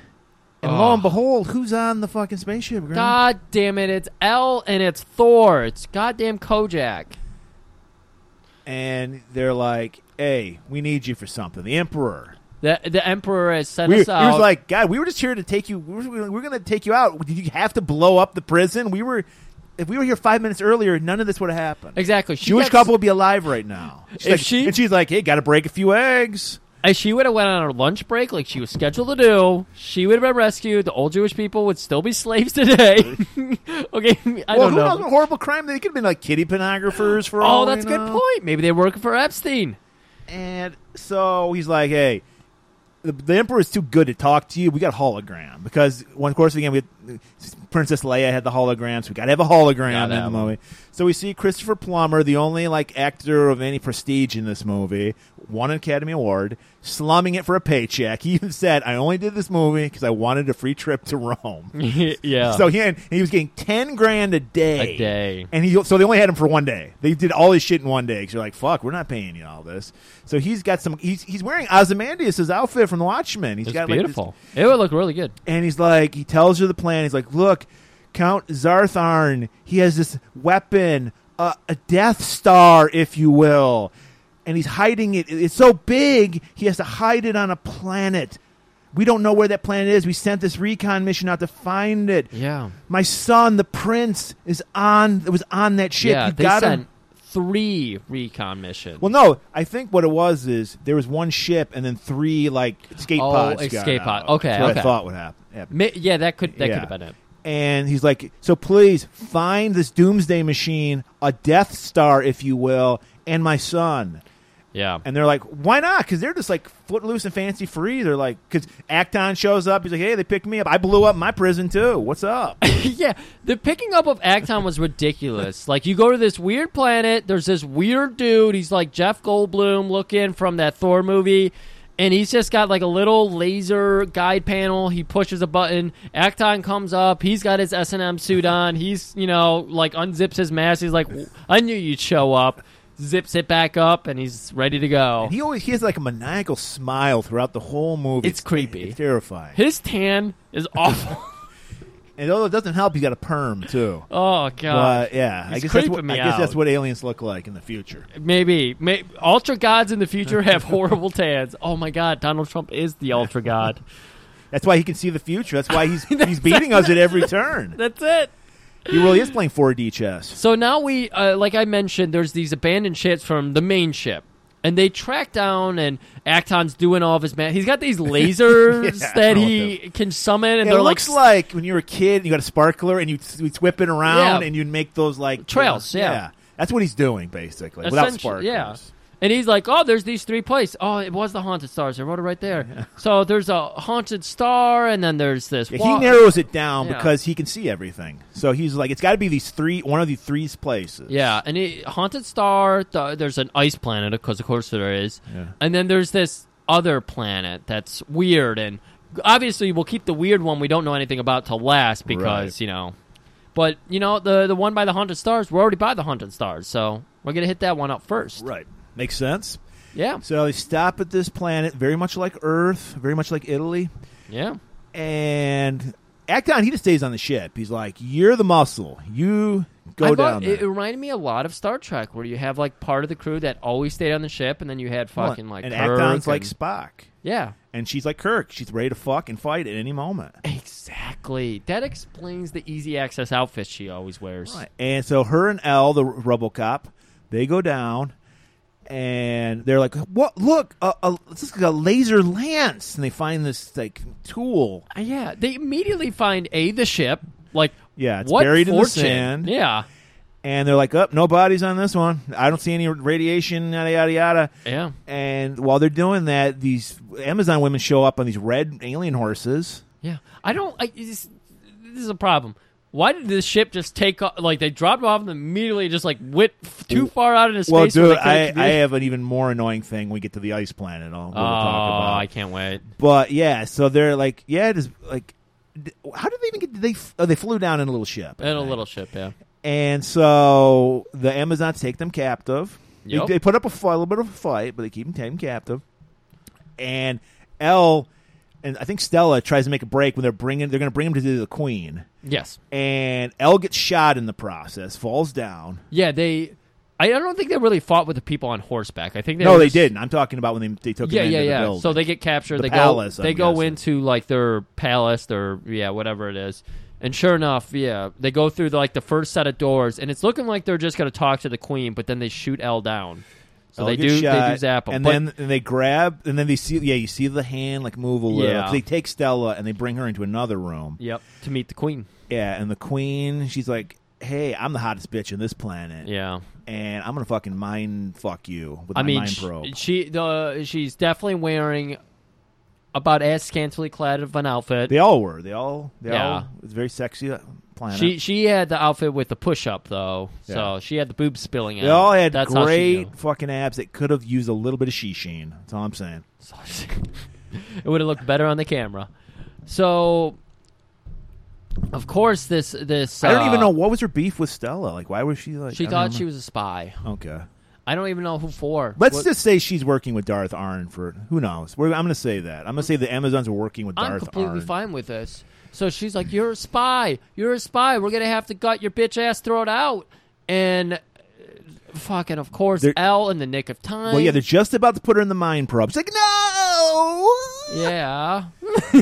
S2: And lo and behold, who's on the fucking spaceship, girl?
S1: God damn it! It's L and it's Thor. It's goddamn Kojak.
S2: And they're like, hey, we need you for something. The Emperor.
S1: The the Emperor has sent
S2: We, he
S1: us out.
S2: was like, God, we were just here to take you. We were, we were going to take you out. Did you have to blow up the prison? We were. If we were here five minutes earlier, none of this would have happened.
S1: exactly. She
S2: Jewish
S1: gets-
S2: couple would be alive right now. She's
S1: If
S2: like-
S1: she-
S2: and she's like, hey, got to break a few eggs.
S1: If she would have went on her lunch break like she was scheduled to do, she would have been rescued. The old Jewish people would still be slaves today. okay, I don't
S2: well, who knows
S1: know.
S2: what horrible crime? They could have been like kitty pornographers for all
S1: Oh, that's a
S2: we
S1: good
S2: know.
S1: point. Maybe they were working for Epstein.
S2: And so he's like, hey, the, the emperor is too good to talk to you. We got hologram because one of course again we had, Princess Leia had the hologram, so we got to have a hologram
S1: Gotta
S2: in the
S1: have them.
S2: movie. So we see Christopher Plummer, the only like actor of any prestige in this movie, won an Academy Award, slumming it for a paycheck. He even said, "I only did this movie because I wanted a free trip to Rome."
S1: yeah.
S2: So he had, he was getting ten grand a day.
S1: A day.
S2: and he so they only had him for one day. They did all his shit in one day because you're like, fuck, we're not paying you all this. So he's got some. He's he's wearing Ozymandias' outfit from The Watchmen. He's
S1: it's
S2: got
S1: beautiful.
S2: Like
S1: it would look really good.
S2: this, and he's like, he tells her the plan. He's like, look, Count Zartharn. He has this weapon, uh, a Death Star, if you will, and he's hiding it. It's so big, he has to hide it on a planet. We don't know where that planet is. We sent this recon mission out to find it
S1: Yeah.
S2: my son, the prince, is on. It was on that ship.
S1: yeah,
S2: you
S1: they
S2: got
S1: sent
S2: him.
S1: three recon missions.
S2: Well, no, I think what it was is there was one ship and then three like escape
S1: Oh,
S2: pods.
S1: escape
S2: got
S1: pod.
S2: out.
S1: Okay,
S2: That's what
S1: okay.
S2: I thought would happen. happen.
S1: Ma- yeah, that could that
S2: Yeah.
S1: could have been it.
S2: And he's like, "So please find this doomsday machine, a Death Star, if you will, and my son."
S1: Yeah.
S2: And they're like, why not? Because they're just like footloose and fancy free. They're like, because Acton shows up. He's like, hey, they picked me up. I blew up my prison too. What's up?
S1: yeah, the picking up of Acton was ridiculous. like you go to this weird planet, there's this weird dude. He's like Jeff Goldblum looking from that Thor movie. And he's just got like a little laser guide panel. He pushes a button. Acton comes up. He's got his S and M suit on. He's you know like unzips his mask. He's like, I knew you'd show up. Zips it back up, and he's ready to go.
S2: he always he has like a maniacal smile throughout the whole movie.
S1: It's creepy.
S2: It's terrifying.
S1: His tan is awful.
S2: And although it doesn't help, he's got a perm too.
S1: oh god.
S2: But yeah, I
S1: He's
S2: guess that's
S1: creeping
S2: what
S1: me
S2: I guess that's
S1: out.
S2: what aliens look like in the future.
S1: Maybe. May- ultra gods in the future have horrible tans. Oh my god, Donald Trump is the ultra god.
S2: That's why he can see the future. That's why he's he's beating us at every turn.
S1: That's it.
S2: He really is playing 4D chess.
S1: So now we, uh, like I mentioned, there's these abandoned ships from the main ship. And they track down, and Acton's doing all of his man. He's got these lasers
S2: Yeah, I
S1: that
S2: don't know
S1: he can summon, and
S2: It
S1: they're
S2: looks
S1: like,
S2: like, when you were a kid and you got a sparkler and you would whip it around
S1: Yeah.
S2: and you'd make those like
S1: Trails, yeah.
S2: That's what he's doing basically without
S1: Essenti-
S2: sparklers.
S1: Yeah. And he's like, oh, there's these three places. Oh, it was the haunted stars. I wrote it right there. So there's a haunted star, and then there's this.
S2: Yeah,
S1: wa-
S2: he narrows it down
S1: Yeah.
S2: because he can see everything. So he's like, it's got to be these three, one of these three places.
S1: Yeah, and it, haunted star. Th- there's an ice planet, because of course there is, and then there's this other planet that's weird, and obviously we'll keep the weird one we don't know anything about to last because
S2: Right.
S1: you know. But you know the the one by the haunted stars, we're already by the haunted stars, so we're gonna hit that one up first.
S2: Right. Makes sense.
S1: Yeah,
S2: So they stop at this planet, very much like Earth, very much like Italy.
S1: yeah,
S2: And Acton, he just stays on the ship. He's like, you're the muscle. You go
S1: I
S2: down
S1: thought,
S2: there.
S1: It, it reminded me a lot of Star Trek, where you have like part of the crew that always stayed on the ship, and then you had fucking like
S2: and
S1: Kirk
S2: Acton's like
S1: and-
S2: Spock.
S1: yeah,
S2: And she's like Kirk. She's ready to fuck and fight at any moment.
S1: exactly. That explains the easy access outfit she always wears.
S2: Right. And so her and L, the RoboCop, they go down, and they're like, "What? Look, a, a, this is like a laser lance!" And they find this like tool.
S1: Uh, Yeah, they immediately find a the ship. Like
S2: Yeah, it's
S1: what
S2: buried in the
S1: fortune?
S2: sand.
S1: Yeah,
S2: And they're like, "Up, no bodies on this one. I don't see any radiation." Yada yada yada.
S1: yeah.
S2: And while they're doing that, these Amazon women show up on these red alien horses.
S1: Yeah, I don't. I, this, this is a problem. Why did this ship just take off? Like they dropped off and immediately just like went f- too far out into space.
S2: Well,
S1: where
S2: dude,
S1: they couldn't
S2: I, I
S1: communicate.
S2: have an even more annoying thing. when We get to the ice planet. I'll, we'll talk
S1: oh,
S2: about.
S1: I can't wait.
S2: But yeah, so they're like, yeah, it is like, d- how did they even get? Did they f- oh, they flew down in a little ship, I
S1: And a
S2: think.
S1: little ship, yeah.
S2: and so the Amazons take them captive. They-
S1: Yep.
S2: They, put up a, fi- little bit of a fight, but they keep them taken captive. And L and I think Stella tries to make a break when they're bringing they're going to bring him to the Queen,
S1: Yes.
S2: and L gets shot in the process, falls down.
S1: Yeah, they. I don't think they really fought with the people on horseback. I think they
S2: No,
S1: were
S2: they
S1: just-
S2: didn't. I'm talking about when they they took
S1: Yeah,
S2: him
S1: yeah,
S2: into the
S1: yeah.
S2: building.
S1: So they get captured.
S2: The
S1: they
S2: palace,
S1: go.
S2: I'm
S1: They go
S2: guessing.
S1: into like their palace, their yeah, whatever it is. And sure enough, yeah, they go through the, like the first set of doors, and it's looking like they're just going to talk to the queen, but then they shoot L down. So
S2: L
S1: they
S2: gets
S1: do.
S2: shot,
S1: they do zap him.
S2: and
S1: but,
S2: then and they grab, and then they see. Yeah, you see the hand like move a little.
S1: Yeah.
S2: They take Stella and they bring her into another room.
S1: yep, to meet the queen.
S2: Yeah, and the queen, she's like, "Hey, I'm the hottest bitch on this planet.
S1: Yeah,
S2: and I'm gonna fucking mind fuck you with
S1: I
S2: my
S1: mean,
S2: mind
S1: sh-
S2: probe."
S1: she the she's definitely wearing about as scantily clad of an outfit.
S2: they all were. They all. They
S1: Yeah.
S2: all. It's very sexy uh, planet.
S1: She she had the outfit with the push up though,
S2: Yeah.
S1: so she had the boobs spilling out.
S2: they all had
S1: That's how she knew.
S2: great fucking abs that could have used a little bit of she sheen. That's all I'm saying.
S1: it would have looked better on the camera. So, of course, this this
S2: I don't
S1: uh,
S2: even know what was her beef with Stella. Like, why was she like?
S1: She
S2: I
S1: thought
S2: don't
S1: she was a spy.
S2: know. okay.
S1: I don't even know who for.
S2: Let's
S1: What-
S2: just say she's working with Darth Arn for who knows. We're, I'm going to say that. I'm going to say the Amazons are working with
S1: I'm
S2: Darth
S1: completely
S2: Arn.
S1: fine with this. So she's like, "You're a spy. You're a spy. We're gonna have to gut your bitch ass, throw it out." And uh, fucking, of course,
S2: They're-
S1: L in the nick of time.
S2: Well, yeah, they're just about to put her in the mind probe. She's like, no.
S1: yeah.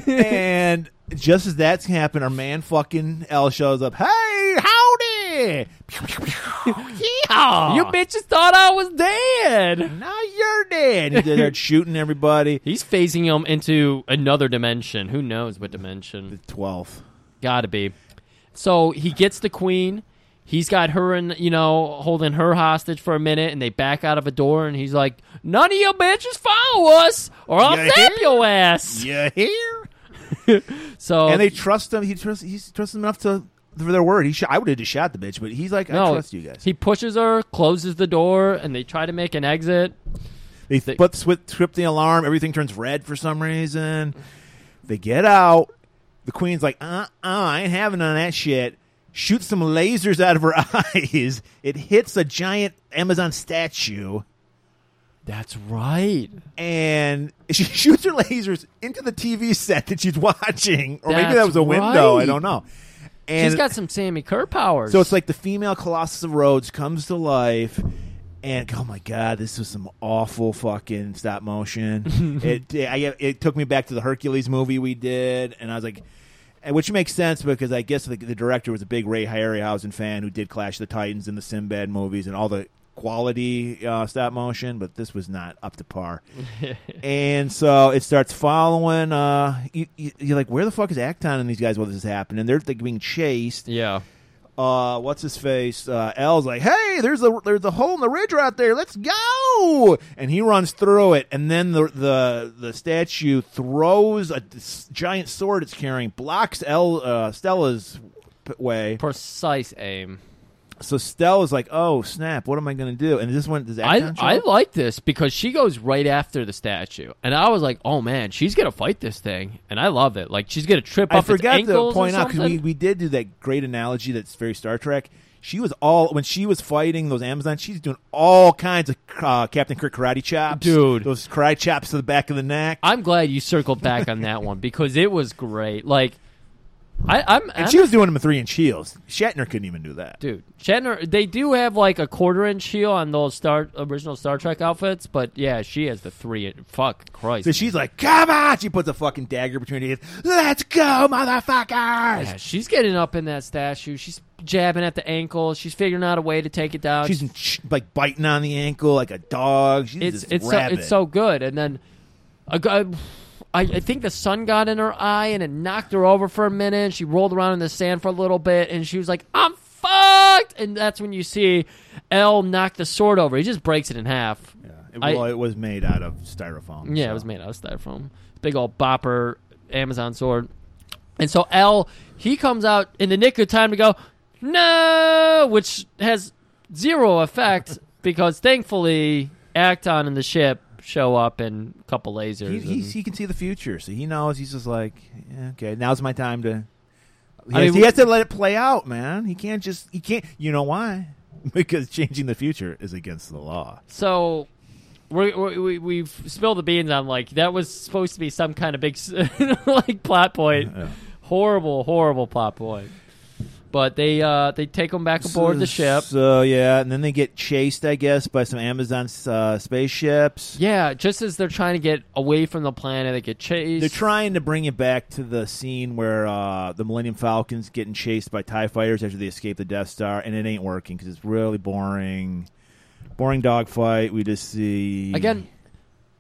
S2: and just as that's gonna happen, our man fucking L shows up. Hey, howdy! Yeehaw!
S1: You bitches thought I was dead.
S2: now you're dead. And they're shooting everybody.
S1: He's phasing him into another dimension. Who knows what dimension?
S2: The twelfth.
S1: Gotta be. So he gets the queen. He's got her and you know holding her hostage for a minute, and they back out of a door, and he's like, "None of you bitches follow us, or I'll
S2: Yeah.
S1: zap your ass."
S2: You hear?
S1: So
S2: And they trust him. He trusts. He trusts them enough to for their word. He sh- I would have just shot the bitch, but he's like, I trust you guys.
S1: He pushes her, closes the door, and they try to make an exit. They-
S2: They th- but swi- trip the alarm. Everything turns red for some reason. They get out. The queen's like, uh, uh, I ain't having none of that shit. Shoots some lasers out of her eyes. It hits a giant Amazon statue,
S1: That's right.
S2: and she shoots her lasers into the TV set that she's watching, or maybe that
S1: That's
S2: was a window.
S1: right.
S2: I don't know. And
S1: She's got some Sammy Kerr powers.
S2: so it's like the female Colossus of Rhodes comes to life, and oh my god, this was some awful fucking stop motion. it I, it took me back to the Hercules movie we did, and I was like, and which makes sense because I guess the, the director was a big Ray Harryhausen fan who did Clash of the Titans and the Sinbad movies and all the quality uh, stop motion, but this was not up to par. and so it starts following. Uh, you, you, you're like, where the fuck is Acton and these guys while this is happening? They're like being chased
S1: yeah.
S2: uh, what's his face? Uh, L's like, hey, there's a there's a hole in the ridge right there. Let's go! And he runs through it, and then the the the statue throws a s- giant sword it's carrying, blocks L uh, Stella's p- way.
S1: Precise aim.
S2: So Stella's like, oh snap, what am I gonna do? And this one, does
S1: I,
S2: Acton show
S1: I
S2: up?
S1: like this because she goes right after the statue, and I was like, "Oh man, she's gonna fight this thing," and I love it. Like she's gonna trip
S2: I
S1: up its
S2: forgot to
S1: ankles or
S2: point out because we,
S1: something.
S2: we did do that great analogy that's very Star Trek. She was all when she was fighting those Amazons. She's doing all kinds of uh, Captain Kirk karate chops,
S1: Dude.
S2: Those karate chops to the back of the neck.
S1: I'm glad you circled back on that one because it was great. Like, I, I'm,
S2: and
S1: I'm
S2: she was doing them with three inch heels. Shatner couldn't even do that.
S1: dude. Shatner, they do have like a quarter inch heel on those Star original Star Trek outfits, but yeah, she has the three. Fuck Christ,
S2: So she's like, "Come on!" She puts a fucking dagger between her hands. Let's go, motherfuckers!
S1: Yeah, she's getting up in that statue. She's jabbing at the ankle. She's figuring out a way to take it down.
S2: She's sh- like biting on the ankle like a dog. She's
S1: it's
S2: this
S1: it's so,
S2: rabid.
S1: it's so good. And then a gu- I, I think the sun got in her eye and it knocked her over for a minute. She rolled around in the sand for a little bit and she was like, "I'm fucked." And that's when you see L knock the sword over. He just breaks it in half. Yeah,
S2: It- well, it was made out of styrofoam.
S1: yeah, it
S2: so.
S1: was made out of styrofoam. Big old bopper Amazon sword. And so L he comes out in the nick of time to go, no, which has zero effect because thankfully Acton and the ship show up and a couple lasers.
S2: He, he's,
S1: and-
S2: he can see the future, so he knows. He's just like, yeah, okay, now's my time to. He,
S1: I
S2: has,
S1: mean,
S2: he
S1: we-
S2: has to let it play out, man. He can't just. He can't. You know why? Because changing the future is against the law.
S1: so we we we- we've spilled the beans on like that was supposed to be some kind of big s- like plot point. Horrible, horrible plot point. But they uh, they take them back aboard the ship.
S2: So yeah, and then they get chased, I guess, by some Amazon uh, spaceships.
S1: Yeah, just as they're trying to get away from the planet, they get chased.
S2: They're trying to bring you back to the scene where uh, the Millennium Falcon's getting chased by Tie fighters after they escape the Death Star, and it ain't working because it's really boring. Boring dogfight. We just see
S1: Again,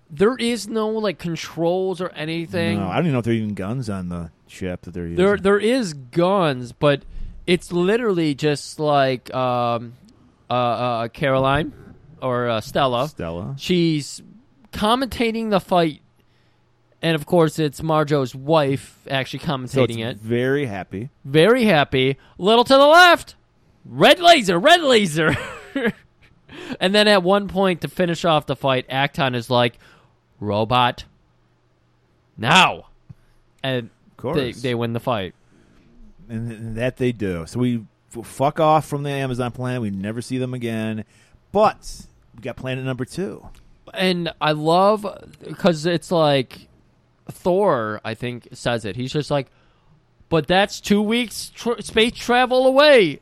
S1: there is no like controls or anything.
S2: No, I don't even know if they're even guns on the ship that they're using.
S1: there there is guns, but it's literally just like um, uh, uh, Caroline or uh, Stella.
S2: Stella.
S1: She's commentating the fight, and of course, it's Marjo's wife actually
S2: So it's
S1: commentating it.
S2: Very happy.
S1: very happy. Little to the left, red laser, red laser. and then at one point to finish off the fight, Acton is like, "Robot, now!" And
S2: Of course.
S1: they they win the fight.
S2: and, th- and that they do. So we f- fuck off from the Amazon planet. We never see them again. But we got planet number two.
S1: And I love because it's like Thor, I think, says it. He's just like, "But that's two weeks tr- space travel away."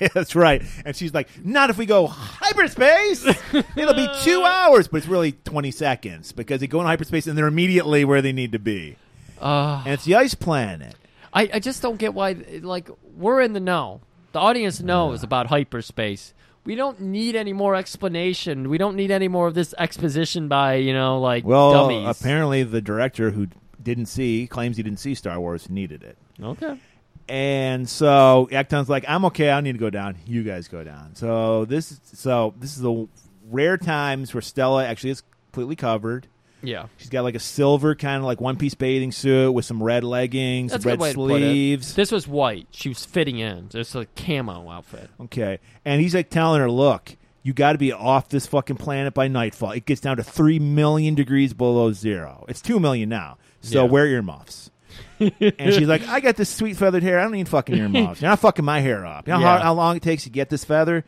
S2: Yeah, that's right. And she's like, not if we go hyperspace. It'll be two hours, but it's really 20 seconds because they go in hyperspace and they're immediately where they need to be.
S1: Uh,
S2: and it's the ice planet.
S1: I, I just don't get why like we're in the know. The audience knows about hyperspace. We don't need any more explanation. We don't need any more of this exposition by, you know, like
S2: Well,
S1: dummies.
S2: apparently the director who didn't see claims he didn't see Star Wars needed it.
S1: Okay.
S2: And so Acton's like, I'm okay. I don't need to go down. You guys go down. So this, so this is the rare times where Stella actually is completely covered.
S1: Yeah.
S2: She's got like a silver kind of like one piece bathing suit with some red leggings,
S1: That's a
S2: red
S1: good way to put it.
S2: sleeves.
S1: This was white. She was fitting in. It's a camo outfit.
S2: Okay, and he's like telling her, "Look, you got to be off this fucking planet by nightfall. It gets down to three million degrees below zero. It's two million now. So
S1: Yeah.
S2: wear earmuffs." and she's like, "I got this sweet feathered hair. I don't need fucking earmuffs. You're not fucking my hair up. You know
S1: Yeah.
S2: how, how long it takes to get this feather."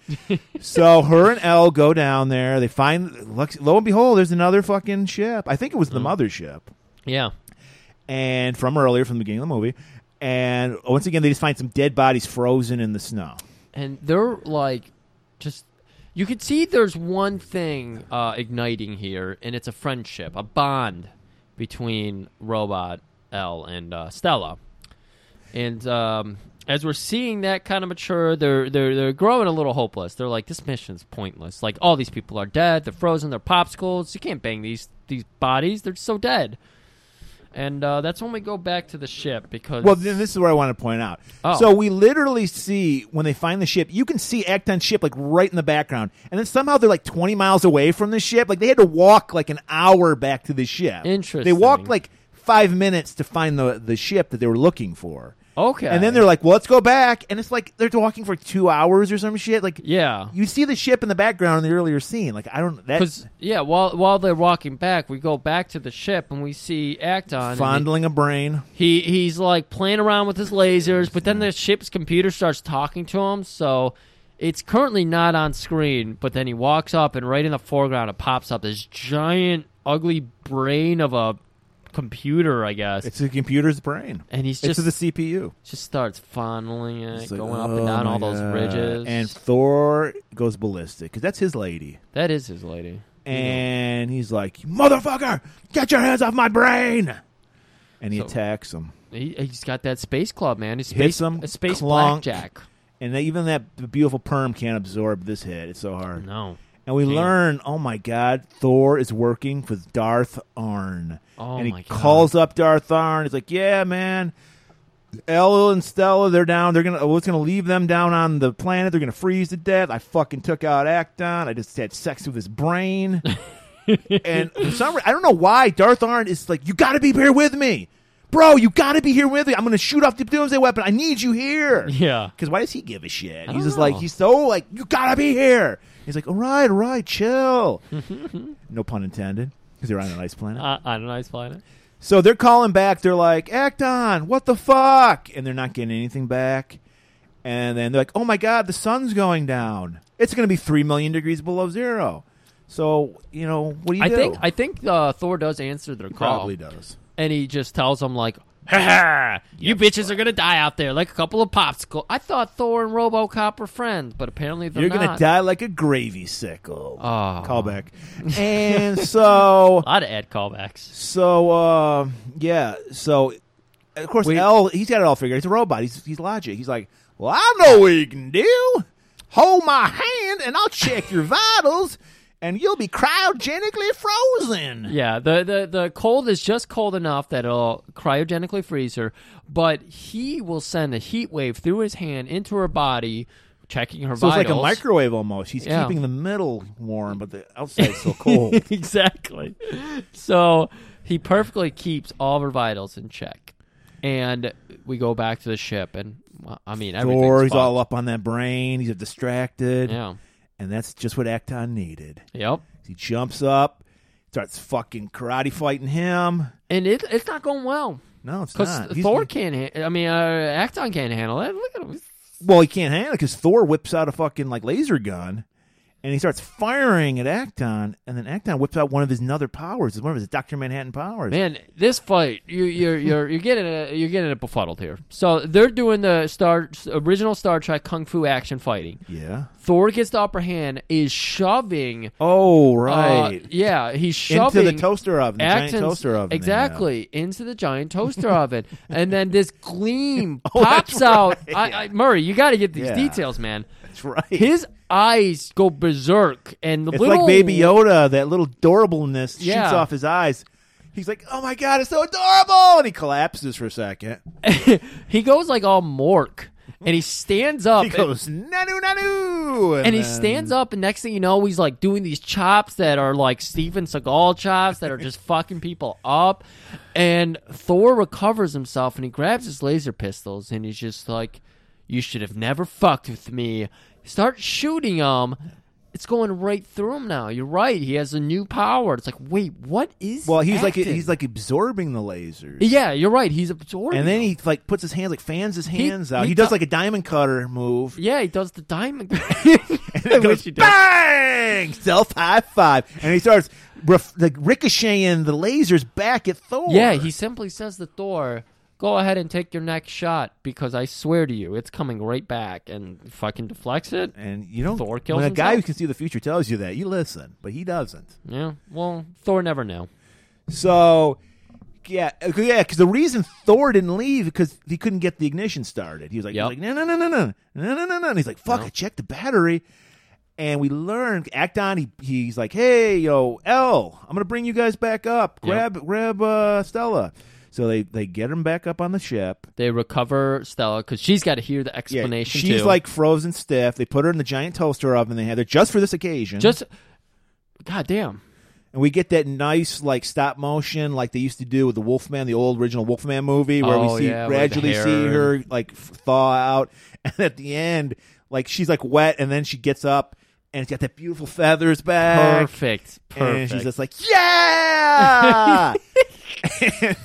S2: so her and Elle go down there. They find look, lo and behold, there's another fucking ship. I think it was the
S1: Mm.
S2: mothership
S1: Yeah.
S2: and from earlier from the beginning of the movie. And once again, they just find some dead bodies frozen in the snow.
S1: and they're like just you could see there's one thing uh, igniting here and it's a friendship a bond between robot l and uh, stella and um, as we're seeing that kind of mature they're, they're they're growing a little hopeless they're like this mission's pointless like all these people are dead they're frozen they're popsicles you can't bang these these bodies they're so dead and uh, that's when we go back to the ship because
S2: Well, then this is where I want to point out.
S1: Oh.
S2: So we literally see when they find the ship, you can see Acton's ship like right in the background, and then somehow they're like twenty miles away from the ship. Like they had to walk like an hour back to the ship. They
S1: Interesting.
S2: walked like five minutes to find the the ship that they were looking for.
S1: okay
S2: And then they're like, "Well, let's go back," and it's like they're walking for two hours or some shit. Like,
S1: yeah
S2: you see the ship in the background in the earlier scene. Like, I don't that
S1: Because yeah, while while they're walking back, we go back to the ship and we see Acton. and
S2: fondling a brain.
S1: He he's like playing around with his lasers, but then the ship's computer starts talking to him. So it's currently not on screen. But then he walks up and right in the foreground, it pops up this giant, ugly brain of a computer, I guess.
S2: It's the computer's brain.
S1: and he's
S2: It's
S1: just
S2: the CPU.
S1: just starts fondling it,
S2: It's like,
S1: going up
S2: oh
S1: and down
S2: my
S1: all those
S2: God.
S1: ridges.
S2: And Thor goes ballistic because that's his lady.
S1: that is his lady.
S2: And he's like, "Motherfucker, get your hands off my brain!" And he
S1: So-
S2: attacks him.
S1: He, he's got that space club, man. He's
S2: Hits
S1: space,
S2: him,
S1: a space
S2: clonk.
S1: blackjack.
S2: And they- even that beautiful perm can't absorb this hit. It's so hard.
S1: No.
S2: And we
S1: Damn.
S2: learn, oh my God, Thor is working with Darth Arn.
S1: Oh
S2: and he
S1: my God.
S2: calls up Darth Arn. He's like, yeah, man. Elle and Stella, they're down. They're gonna. What's gonna leave them down on the planet? They're gonna freeze to death. I fucking took out Acton. I just had sex with his brain. and for some reason, I don't know why Darth Arn is like, you got to be here with me, bro. You got to be here with me. I'm gonna shoot off the doomsday weapon. I need you here.
S1: Yeah.
S2: Because why does he give a shit?
S1: don't
S2: He's just
S1: know.
S2: like he's so like you gotta be here. He's like, all right, all right, chill. no pun intended, because they're on an ice planet.
S1: Uh, on an ice planet.
S2: so they're calling back. They're like, Acton, what the fuck? And they're not getting anything back. And then they're like, oh my god, the sun's going down. It's gonna be three million degrees below zero. So you know what do you
S1: I
S2: do?
S1: think I think uh, Thor does answer their call,
S2: probably does.
S1: and he just tells them like, "Ha ha, you bitches are gonna die out there like a couple of popsicle." I thought Thor and RoboCop were friends, but apparently they're
S2: You're
S1: not.
S2: gonna die like a gravy sickle.
S1: Oh.
S2: Callback. and so
S1: A lot of ad callbacks.
S2: So uh, yeah, so of course
S1: Wait.
S2: L he's got it all figured. He's a robot. He's he's logic. He's like, well, I know what you can do. Hold my hand, and I'll check your vitals, and you'll be cryogenically frozen.
S1: Yeah, the, the the cold is just cold enough that it'll cryogenically freeze her, but he will send a heat wave through his hand into her body, checking her
S2: So it's
S1: vitals.
S2: like a microwave almost. He's
S1: Yeah.
S2: keeping the middle warm, but the outside's so cold.
S1: exactly. So he perfectly keeps all of her vitals in check. And we go back to the ship, and well, I mean, everything's
S2: Or he's
S1: fine.
S2: all up on that brain. He's distracted,
S1: Yeah.
S2: and that's just what Acton needed.
S1: Yep.
S2: He jumps up, starts fucking karate fighting him.
S1: And it, it's not going well
S2: No, it's not.
S1: because
S2: He's-
S1: Thor can't. Ha- I mean, uh, Acton can't handle it. Look at him.
S2: Well, he can't handle it because Thor whips out a fucking like laser gun, and he starts firing at Acton, and then Acton whips out one of his other powers, one of his Doctor Manhattan powers.
S1: Man, this fight, you, you're you're you're getting a, you're getting it befuddled here. So they're doing the Star original Star Trek kung fu action fighting.
S2: Yeah.
S1: Thor gets the upper hand, is shoving
S2: Oh
S1: Uh,
S2: right.
S1: yeah, he's
S2: Into
S1: shoving
S2: the toaster oven, the giant
S1: Acton's-
S2: toaster oven. they have.
S1: Exactly into the giant toaster oven, and then this gleam
S2: Oh,
S1: pops out. I, I, Murray, you got to get these
S2: Yeah.
S1: details, man.
S2: That's right.
S1: His eyes go berserk, and the
S2: it's
S1: little
S2: like Baby Yoda. That little adorableness shoots
S1: Yeah.
S2: off his eyes. He's like, "Oh my god, it's so adorable!" And he collapses for a second.
S1: he goes like all mork, and he stands up.
S2: He
S1: and-
S2: goes, "Nanu, nanu,"
S1: and he stands up, and next thing you know, he's like doing these chops that are like Steven Seagal chops that are just fucking people up. And Thor recovers himself, and he grabs his laser pistols, and he's just like, "You should have never fucked with me." Start shooting him. It's going right through him now. You're right. He has a new power. It's like, wait, what is?
S2: Well, he's
S1: acting?
S2: like he's like absorbing the lasers.
S1: yeah, you're right. He's absorbing.
S2: And then
S1: him.
S2: he like puts his hands like fans his hands out.
S1: he
S2: He, does
S1: do-
S2: like a diamond cutter move.
S1: Yeah, he does the diamond.
S2: It goes bang, self high five, and he starts ref- like ricocheting the lasers back at Thor.
S1: Yeah, he simply says to Thor, "Go ahead and take your next shot because I swear to you, it's coming right back." And fucking deflects it.
S2: and you don't.
S1: Thor kills
S2: when a guy who
S1: himself?
S2: can see the future tells you that you listen, but he doesn't.
S1: Yeah. Well, Thor never knew.
S2: So. Yeah, uh, yeah. Because the reason Thor didn't leave because he couldn't get the ignition started. He was like,
S1: Yep.
S2: he's like, no, no, no, no, no, no, no, no, no. And he's like, fuck, I checked the battery, and we learned Acton. He, he's like, hey, yo, L, I'm gonna bring you guys back up.
S1: Yep.
S2: Grab, grab uh, Stella. So they they get him back up on the ship.
S1: They recover Stella because she's got to hear the explanation.
S2: she's
S1: too.
S2: like frozen stiff. They put her in the giant toaster oven they had there just for this occasion.
S1: just. God damn.
S2: and we get that nice like stop motion like they used to do with the Wolfman, the old original Wolfman movie, where
S1: Oh,
S2: we see
S1: yeah, where the
S2: gradually
S1: hair-
S2: see her like f- thaw out, and at the end, like she's like wet, and then she gets up and it's got that beautiful feathers back,
S1: Perfect. Perfect.
S2: and she's just like yeah, and,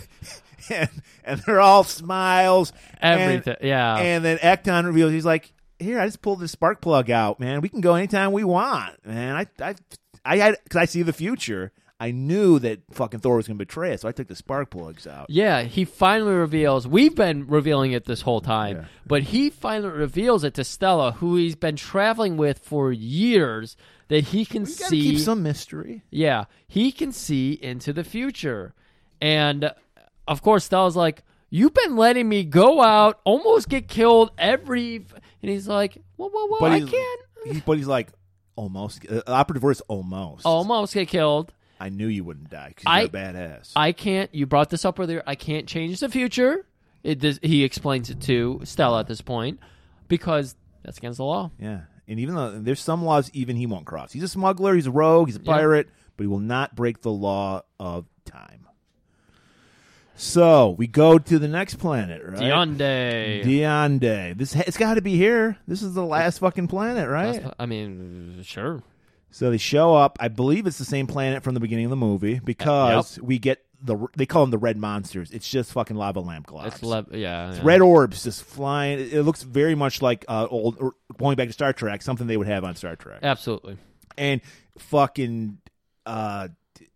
S2: and and they're all smiles,
S1: Everything-
S2: and,
S1: yeah.
S2: and then Acton reveals he's like. Here, I just pulled this spark plug out, man. We can go anytime we want, man. I, I, I had because I see the future. I knew that fucking Thor was going to betray us, so I took the spark plugs out.
S1: Yeah, he finally reveals. We've been revealing it this whole time, but he finally reveals it to Stella, who he's been traveling with for years, that he can
S2: You gotta
S1: see.
S2: keep some mystery.
S1: Yeah, he can see into the future. And uh, of course, Stella's like, You've been letting me go out, almost get killed every. f-" And he's like, Whoa, whoa, whoa, I
S2: he's-
S1: can't.
S2: He, but he's like almost. Uh, operative word is almost.
S1: Almost get killed.
S2: I knew you wouldn't die because
S1: I-
S2: you're a badass.
S1: I can't. You brought this up earlier. I can't change the future. It, this, he explains it to Stella at this point because that's against the law.
S2: Yeah, and even though there's some laws, even he won't cross. He's a smuggler. He's a rogue. He's a
S1: Yeah.
S2: pirate, but he will not break the law of time. So we go to the next planet, right?
S1: Dionde.
S2: Dionde. This it's got to be here. This is the last fucking planet, right?
S1: I mean, sure.
S2: So they show up. I believe it's the same planet from the beginning of the movie because we get the they call them the red monsters. It's just fucking lava lamp globs.
S1: It's le- yeah. yeah.
S2: Red orbs just flying. It it looks very much like uh, old, or going back to Star Trek, something they would have on Star Trek.
S1: Absolutely.
S2: And fucking uh,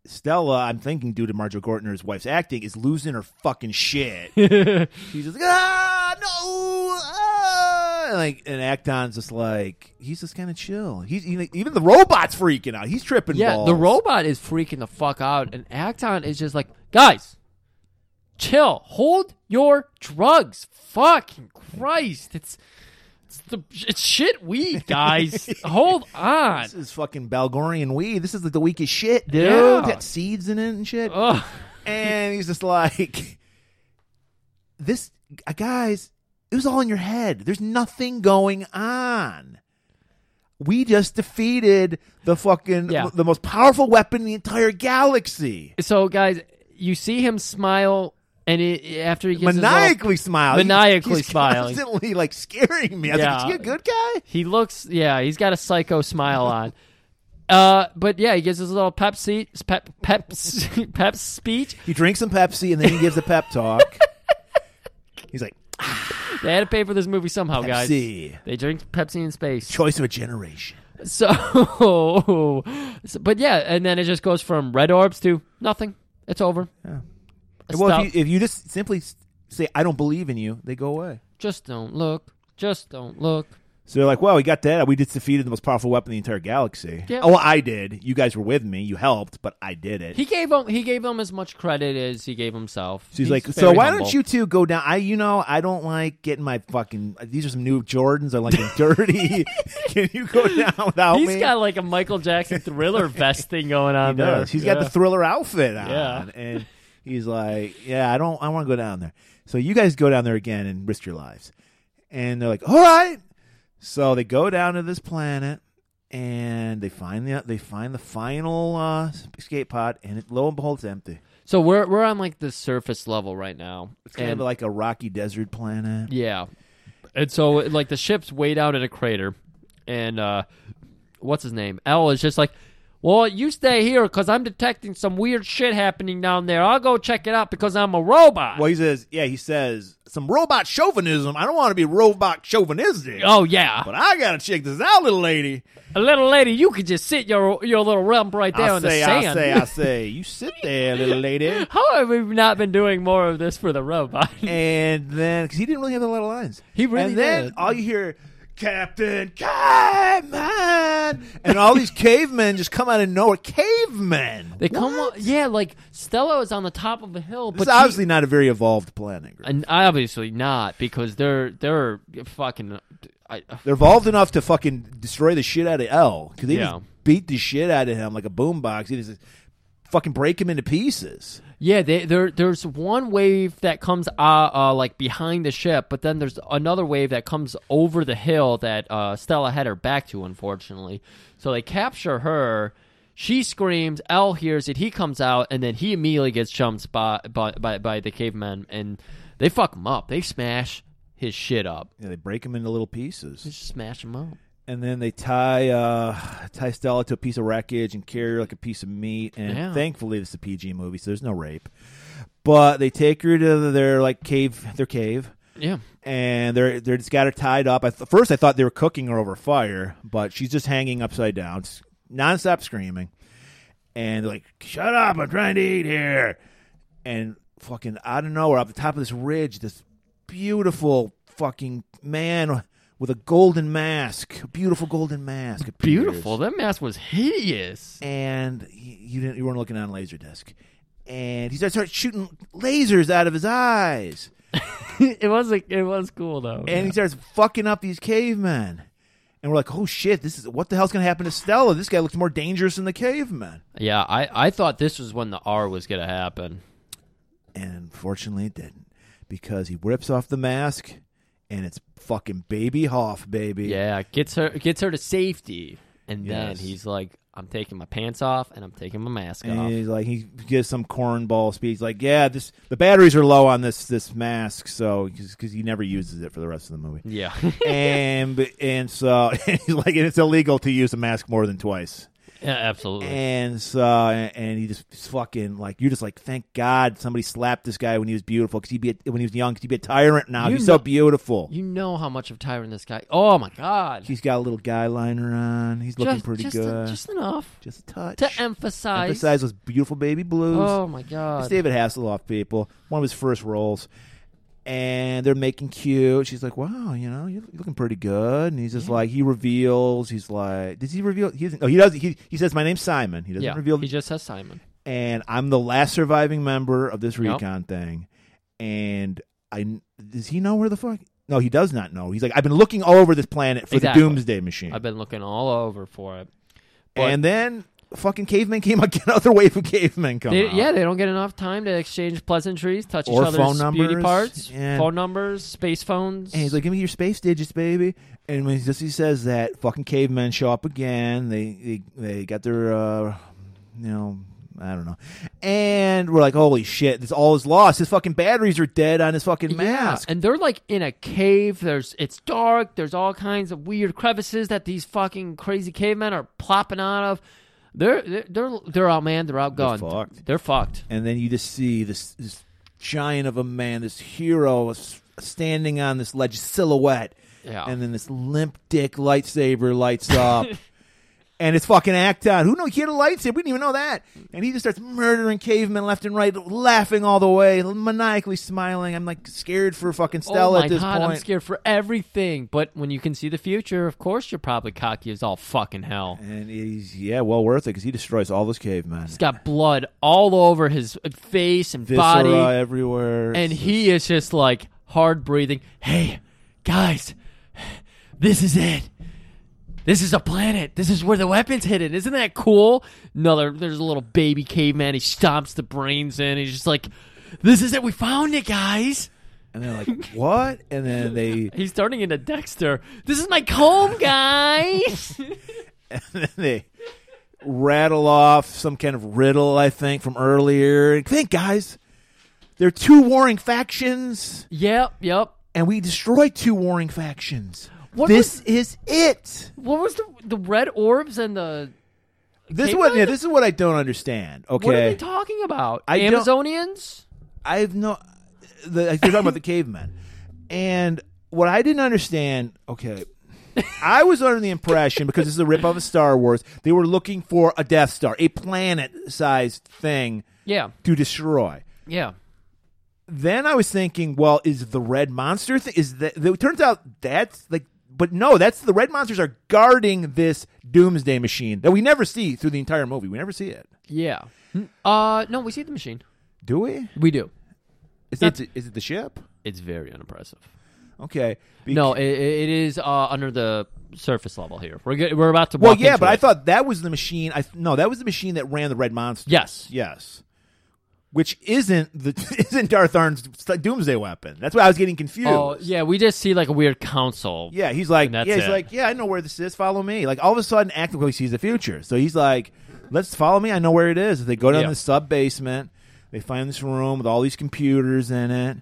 S2: Stella, I'm thinking due to Marjorie Gortner's wife's acting, is losing her fucking shit. She's just like, ah, no, ah. And like, and Acton's just like, he's just kind of chill. He's he, even the robot's freaking out. He's tripping.
S1: Yeah,
S2: balls.
S1: the robot is freaking the fuck out, and Acton is just like, guys, chill, hold your drugs. Fucking Christ, it's it's the it's shit weed, guys. hold on.
S2: This is fucking Balgorian weed. This is like the weakest shit, dude.
S1: Yeah. Oh,
S2: Got seeds in it and shit.
S1: Ugh.
S2: and he's just like, "This uh, guys, it was all in your head. There's nothing going on. We just defeated the fucking
S1: Yeah.
S2: the most powerful weapon in the entire galaxy.
S1: So, guys, you see him smile, and it, after he gets his little-
S2: maniacally smile,
S1: Maniacally
S2: he's
S1: smiling.
S2: constantly like scaring me. I was like,
S1: Yeah.
S2: "Is he a good guy?"
S1: He looks, yeah, he's got a psycho smile on. Uh, but yeah, he gives his little pep seat, pep, pep, pep speech.
S2: He drinks some Pepsi and then he gives a pep talk. he's like,
S1: They had to pay for this movie somehow, guys.
S2: Pepsi.
S1: They drink Pepsi in space.
S2: "Choice of a generation."
S1: So, so- but yeah, and then it just goes from red orbs to nothing. It's over.
S2: Well,
S1: Stop.
S2: if you, if you just simply s- say, "I don't believe in you," they go away.
S1: just don't look. Just don't look.
S2: So they're like, "Well, we got that. We just defeated the most powerful weapon in the entire galaxy."
S1: Yeah.
S2: Oh, well, I did. You guys were with me. You helped, but I did it.
S1: He gave him. He gave him as much credit as he gave himself.
S2: so he's, like, "So
S1: very
S2: why
S1: humble."
S2: don't you two go down? I, you know, I don't like getting my fucking. These are some new Jordans. I like them dirty. Can you go down without
S1: He's
S2: me?"
S1: got like a Michael Jackson thriller vest thing going on
S2: he does.
S1: there.
S2: He's got the thriller outfit on.
S1: Yeah.
S2: And He's like, yeah, I don't, I want to go down there. So you guys go down there again and risk your lives. And they're like, all right. So they go down to this planet and they find the they find the final uh, escape pod, and it, lo and behold, it's empty.
S1: So we're we're on like the surface level right now.
S2: It's kind
S1: and-
S2: of like a rocky desert planet.
S1: Yeah. And so like the ship's way down in a crater and uh what's his name? L is just like, "Well, you stay here cuz I'm detecting some weird shit happening down there. I'll go check it out because I'm a robot."
S2: Well, he says, yeah, he says some robot chauvinism. I don't want to be robot chauvinistic,
S1: oh yeah.
S2: but I gotta check this out, little lady.
S1: A little lady, you could just sit your your little rump right there
S2: I
S1: on
S2: say,
S1: the sand.
S2: I say, I say, you sit there, little lady.
S1: How have we not been doing more of this for the robot?
S2: And then, because he didn't really have a lot of lines,
S1: He really
S2: And then
S1: did.
S2: all you hear, Captain Caveman, and all these cavemen just come out of nowhere. Cavemen.
S1: They come, on, yeah, like Stella is on the top of a hill,
S2: This
S1: but
S2: is
S1: she-
S2: obviously not a very evolved planet. Greg.
S1: and obviously not because they're they're fucking. I,
S2: They're evolved enough to fucking destroy the shit out of L because they
S1: Yeah.
S2: just beat the shit out of him like a boombox. He just fucking break him into pieces.
S1: Yeah, they, there there's one wave that comes uh, uh like behind the ship, but then there's another wave that comes over the hill that uh, Stella had her back to, unfortunately. So they capture her. She screams. Al hears it. He comes out, and then he immediately gets jumped by by by, by the cavemen, and they fuck him up. They smash his shit up.
S2: Yeah, they break him into little
S1: They
S2: pieces,
S1: just smash him up.
S2: and then they tie uh, tie Stella to a piece of wreckage and carry her like a piece of meat. And
S1: Yeah.
S2: thankfully, this is a PG movie, so there's no rape. But they take her to their like cave, their cave,
S1: Yeah.
S2: and they're they're just got her tied up. I th- first, I thought they were cooking her over fire, but she's just hanging upside down, s- nonstop screaming. And they're like, "Shut up! I'm trying to eat here." And fucking out of nowhere, up the top of this ridge, this beautiful fucking man with a golden mask, a beautiful golden mask, appears.
S1: Beautiful. That mask was hideous.
S2: And he, you didn't, you weren't looking on laserdisc. And he starts shooting lasers out of his eyes.
S1: it was like it was cool though.
S2: and he starts fucking up these cavemen. And we're like, oh shit, this is what the hell's gonna happen to Stella? This guy looks more dangerous than the cavemen.
S1: yeah, I I thought this was when the R was gonna happen.
S2: And unfortunately, it didn't because he rips off the mask, and it's fucking Baby Hoff, baby.
S1: Yeah, gets her gets her to safety, and
S2: Yes.
S1: then he's like, "I'm taking my pants off and I'm taking my mask
S2: And
S1: off."
S2: he's like, he gives some cornball speech, He's like, yeah, this the batteries are low on this this mask, so because he never uses it for the rest of the movie.
S1: Yeah,
S2: and and so he's like, and it's illegal to use a mask more than twice.
S1: yeah, absolutely.
S2: And so, and he just fucking like you're just like, thank God somebody slapped this guy when he was beautiful because he'd be a, when he was young because he'd be a tyrant now.
S1: You
S2: he's
S1: know-
S2: so beautiful.
S1: you know how much of Tyron this guy. Oh my god,
S2: he's got a little guy liner on. He's looking
S1: just,
S2: pretty
S1: just
S2: good.
S1: just enough
S2: just a touch
S1: to emphasize.
S2: emphasize those beautiful baby blues.
S1: Oh my god,
S2: It's David Hasselhoff, people. One of his first roles. And they're making cute. She's like, "Wow, you know, you're looking pretty good." And he's just like, he reveals. He's like, "Does he reveal?" He doesn't. Oh, he does. He he says, "My name's Simon." He doesn't
S1: yeah,
S2: reveal.
S1: he just has Simon.
S2: and I'm the last surviving member of this
S1: Yep.
S2: recon thing. And I does he know where the fuck? No, he does not know. He's like, I've been looking all over this planet for
S1: Exactly.
S2: the doomsday machine,
S1: I've been looking all over for it. but-
S2: and then fucking cavemen came out. Another wave of cavemen come
S1: They,
S2: out.
S1: yeah, they don't get enough time to exchange pleasantries, touch
S2: Or
S1: each other's
S2: phone
S1: beauty
S2: numbers,
S1: parts,
S2: yeah.
S1: phone numbers, space phones.
S2: And he's like, "Give me your space digits, baby." And when he just he says that, fucking cavemen show up again. They they, they got their, uh, you know, I don't know. And we're like, "Holy shit! This all is lost. His fucking batteries are dead on his fucking mask."
S1: Yeah, and they're like in a cave. There's it's dark. There's all kinds of weird crevices that these fucking crazy cavemen are plopping out of. They're they're they're, they're out, man. They're outgunned.
S2: They're fucked.
S1: They're fucked.
S2: and then you just see this, this giant of a man, this hero s- standing on this ledge silhouette,
S1: Yeah.
S2: and then this limp dick lightsaber lights up. And it's fucking act out. Who knew he had a lightsaber? We didn't even know that. And he just starts murdering cavemen left and right, laughing all the way, maniacally smiling. I'm like scared for fucking
S1: oh
S2: Stella
S1: my
S2: at this
S1: god,
S2: point.
S1: I'm scared for everything. But when you can see the future, of course you're probably cocky as all fucking hell.
S2: And he's yeah, well worth it because he destroys all those cavemen.
S1: He's got blood all over his face and
S2: Viscera
S1: body.
S2: everywhere.
S1: and he is just like hard breathing. Hey, guys, this is it. this is a planet. This is where the weapon's hidden. Isn't that cool? No, there, there's a little baby caveman. He stomps the brains in. He's just like, this is it. We found it, guys.
S2: And they're like, what? And then they
S1: He's turning into Dexter. This is my comb, guys.
S2: and they rattle off some kind of riddle, I think, from earlier. Think, guys, there are two warring factions,
S1: yep, yep.
S2: and we destroy two warring factions.
S1: What
S2: this is it.
S1: What was the the red orbs and the
S2: This is
S1: Caitlin?
S2: what. Yeah, this is what I don't understand. Okay,
S1: what are they talking about?
S2: I don't-
S1: Amazonians?
S2: I've no. The, like, they're talking about the cavemen, and what I didn't understand. Okay, I was under the impression because this is a rip off of Star Wars. They were looking for a Death Star, a planet-sized thing
S1: Yeah,
S2: to destroy.
S1: yeah.
S2: Then I was thinking, well, is the red monster thing? Is that? It turns out that's like. But no, that's the red monsters are guarding this doomsday machine that we never see through the entire movie. We never see it,
S1: Yeah. Uh, no, we see the machine.
S2: do we?
S1: We do.
S2: It's not. is it the ship?
S1: It's very unimpressive.
S2: Okay. Be-
S1: No, it, it is uh, under the surface level here. We're good, we're about to.
S2: Well,
S1: walk
S2: yeah,
S1: into
S2: but I
S1: it.
S2: thought that was the machine. I no, that was the machine that ran the Red Monster.
S1: yes,
S2: Yes, which isn't the isn't Darth Arn's doomsday weapon. That's why I was getting confused.
S1: Oh, yeah. We just see like a weird council.
S2: Yeah, he's like,
S1: And that's
S2: yeah, he's
S1: it.
S2: like, yeah, I know where this is. Follow me. Like all of a sudden, actively sees the future. So he's like, let's follow me. I know where it is. They go down
S1: Yeah.
S2: the sub basement. They find this room with all these computers in it,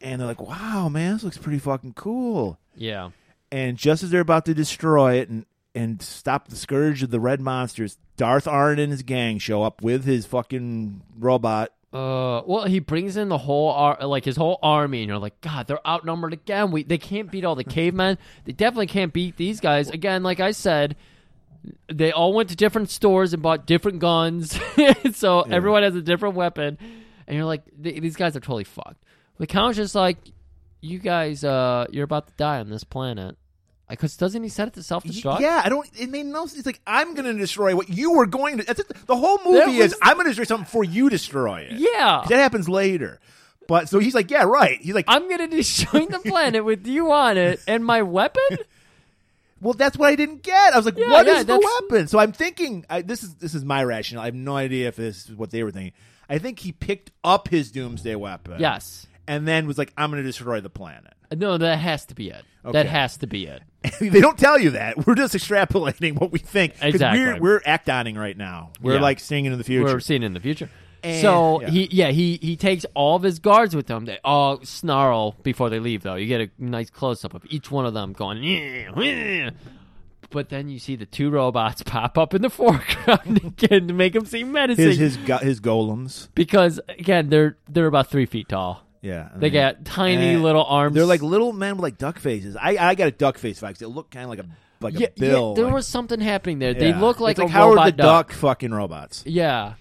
S2: and they're like, wow, man, this looks pretty fucking cool.
S1: yeah.
S2: and just as they're about to destroy it and and stop the scourge of the red monsters, Darth Arn and his gang show up with his fucking robot.
S1: Uh, well, he brings in the whole ar- like his whole army, and you're like, God, they're outnumbered again. We they can't beat all the cavemen. They definitely can't beat these guys again. Like I said, they all went to different stores and bought different guns, so everyone has a different weapon, and you're like, "Th- these guys are totally fucked. The count's just like, you guys, uh, you're about to die on this planet. Because doesn't he set it to self destruct?
S2: Yeah, I don't. It made no. sense. It's like I'm going to destroy what you were going to. That's it. The whole movie
S1: was-
S2: is I'm going to destroy something before you destroy it.
S1: yeah.
S2: 'Cause that happens later. But so he's like, yeah, right. He's like,
S1: Ah. I'm gonna destroy the planet with you on it and my weapon.
S2: well, that's what I didn't get. I was like, what
S1: Yeah,
S2: is
S1: yeah, that's-
S2: the weapon? So I'm thinking I, this is this is my rationale. I have no idea if this is what they were thinking. I think he picked up his doomsday weapon.
S1: Yes.
S2: and then was like, I'm going to destroy the planet.
S1: No, that has to be it.
S2: Okay.
S1: That has to be it.
S2: they don't tell you that. We're just extrapolating what we think. 'Cause
S1: Exactly.
S2: We're, we're actoning right now. We're
S1: Yeah.
S2: like seeing it in the future.
S1: We're seeing it in the future.
S2: And-
S1: so
S2: yeah.
S1: he, yeah, he he takes all of his guards with him. They all snarl before they leave, though. You get a nice close up of each one of them going. "Yeah, yeah." But then you see the two robots pop up in the foreground again to make them seem menacing.
S2: his his go- his golems.
S1: because again, they're they're about three feet tall.
S2: Yeah, I
S1: They
S2: mean-
S1: got tiny
S2: Mm-hmm. And
S1: little arms.
S2: They're like little men with like duck faces. I I got a duck face fact. They look kind of like a like a bill.
S1: there
S2: like-
S1: was something happening there. They
S2: yeah.
S1: look like
S2: It's
S1: a
S2: like Howard
S1: robot
S2: the Duck. fucking robots.
S1: Yeah.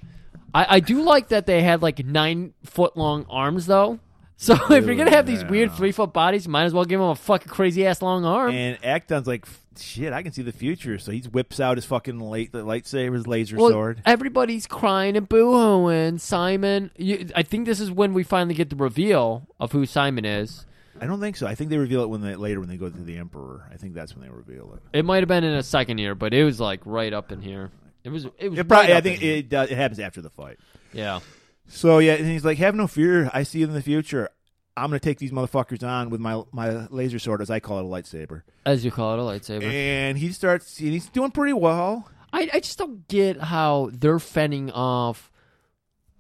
S1: I, I do like that they had like nine foot long arms though. So if you're gonna have these weird three foot bodies, you might as well give them a fucking crazy ass long arm.
S2: And Acton's like, shit, I can see the future. So he whips out his fucking light, lightsaber, his laser
S1: well,
S2: sword.
S1: everybody's crying and boohooing. Simon, you, I think this is when we finally get the reveal of who Simon is.
S2: I don't think so. I think they reveal it when they later when they go to the Emperor. I think that's when they reveal it.
S1: It might have been in a second year, but it was like right up in here. It was. It was.
S2: It probably,
S1: right
S2: I
S1: up
S2: think
S1: in here.
S2: it does, it happens after the fight.
S1: Yeah.
S2: So yeah, and he's like, "Have no fear. I see you in the future. I'm gonna take these motherfuckers on with my my laser sword, as I call it, a lightsaber."
S1: As you call it, a lightsaber.
S2: And he starts. And he's doing pretty well.
S1: I, I just don't get how they're fending off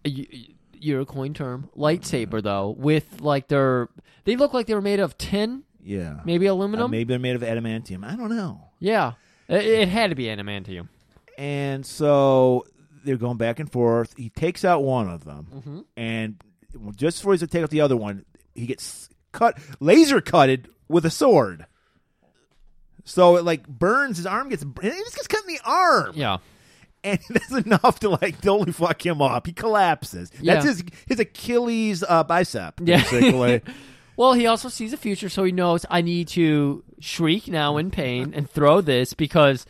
S1: y- y- your coin term lightsaber though with like their they look like they were made of tin
S2: Yeah,
S1: maybe
S2: Uh,
S1: aluminum
S2: maybe they're made of adamantium. I don't know.
S1: yeah it, it had to be adamantium
S2: And so they're going back and forth. He takes out one of them,
S1: Mm-hmm.
S2: and just before he's gonna take out the other one, he gets cut, laser cutted with a sword. So it like burns his arm. Gets it just gets cut in the arm.
S1: yeah
S2: and that's enough to like totally fuck him up. He collapses. That's
S1: Yeah.
S2: his his Achilles uh, bicep,
S1: Yeah.
S2: basically.
S1: well he also sees the future so he knows i need to shriek now in pain and throw this because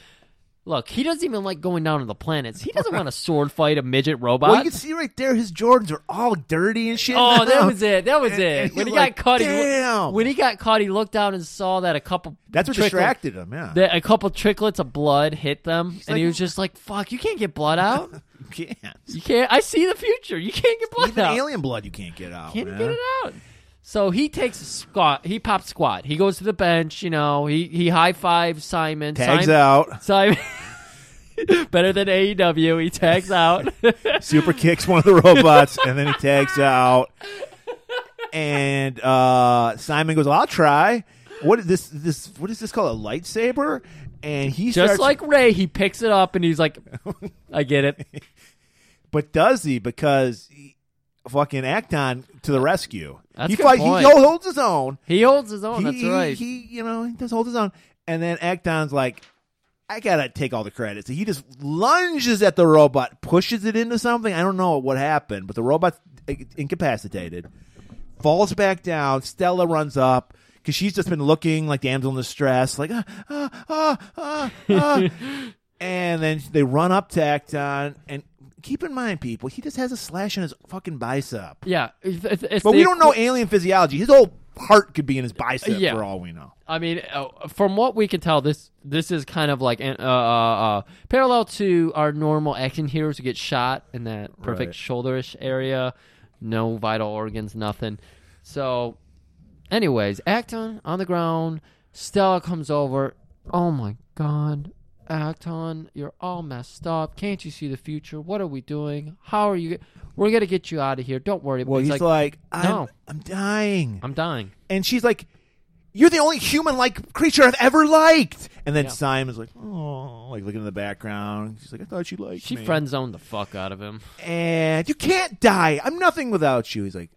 S1: Look, he doesn't even like going down to the planets. He doesn't want to sword fight a midget robot.
S2: Well, you can see right there, his Jordans are all dirty and shit.
S1: Oh, that
S2: now.
S1: was it. That was
S2: And- and
S1: it. When he
S2: he's
S1: got
S2: like,
S1: caught, he loo-
S2: "Damn."
S1: when he got caught, he looked down and saw that a couple.
S2: That's what
S1: trickle-
S2: distracted him. Yeah,
S1: that a couple tricklets of blood hit them, and
S2: like-
S1: he was just like, "Fuck, you can't get blood out.
S2: you can't.
S1: You can't. I see the future. You can't get blood
S2: Even
S1: out.
S2: alien blood, you can't get out.
S1: can't
S2: man.
S1: get it out." So he takes a squat. He pops squat. He goes to the bench. You know, he he high fives Simon.
S2: Tags
S1: Simon,
S2: out.
S1: Simon. Better than AEW, he tags out.
S2: Super kicks one of the robots, and then he tags out. And uh, Simon goes, "I'll try." What is this? This what is this called? A lightsaber? And he
S1: Just
S2: starts,
S1: like Ray, he picks it up and he's like, "I get it."
S2: but does he? Because he, fucking Acton to the rescue.
S1: That's
S2: he
S1: a good
S2: fight-
S1: point.
S2: He hol- holds his own.
S1: He holds his own.
S2: he,
S1: that's
S2: he-
S1: right.
S2: He, you know, he does hold his own. And then Acton's like, I gotta take all the credit. So he just lunges at the robot, pushes it into something. I don't know what happened, but the robot's i- incapacitated, falls back down. Stella runs up because she's just been looking like damsel in distress, like ah ah ah ah. ah. and then they run up to Acton, and keep in mind, people, he just has a slash in his fucking bicep.
S1: yeah, if- if- if
S2: But
S1: the
S2: we don't know
S1: equi-
S2: alien physiology. His whole heart could be in his bicep
S1: Yeah.
S2: for all we know.
S1: I mean, uh, from what we can tell, this this is kind of like an- uh, uh, uh, parallel to our normal action heroes who get shot in that perfect
S2: Right.
S1: shoulderish area, no vital organs, nothing. So, anyways, Acton on the ground. Stella comes over. Oh my god. Acton, you're all messed up. Can't you see the future? What are we doing? How are you? We're gonna get you out of here. Don't worry.
S2: Well, he's, like, I'm,
S1: no.
S2: I'm dying.
S1: I'm dying.
S2: and she's like, You're the only human like creature I've ever liked. And then
S1: Yeah.
S2: Simon's like, Oh, like looking in the background. She's like, I thought you liked
S1: She
S2: me.
S1: friend zoned the fuck out of him.
S2: and you can't die. I'm nothing without you. He's like,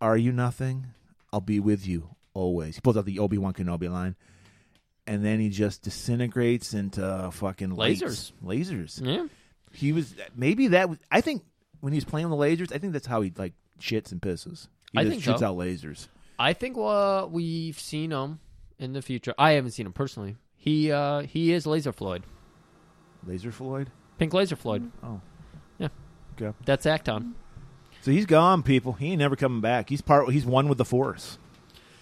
S2: Are you nothing? I'll be with you always. He pulls out the Obi Wan Kenobi line. And then he just disintegrates into fucking lights. Lasers.
S1: Yeah.
S2: He was maybe that was. I think when he was playing with lasers, I think that's how he like shits and pisses. He
S1: I
S2: just
S1: think
S2: shoots
S1: so.
S2: out lasers.
S1: I think uh, we've seen him in the future. I haven't seen him personally. He uh, he is Laser Floyd,
S2: Laser Floyd.
S1: Pink Laser Floyd.
S2: Oh.
S1: Yeah.
S2: Okay.
S1: That's Acton.
S2: So he's gone, people. He ain't never coming back. He's part. He's one with the force.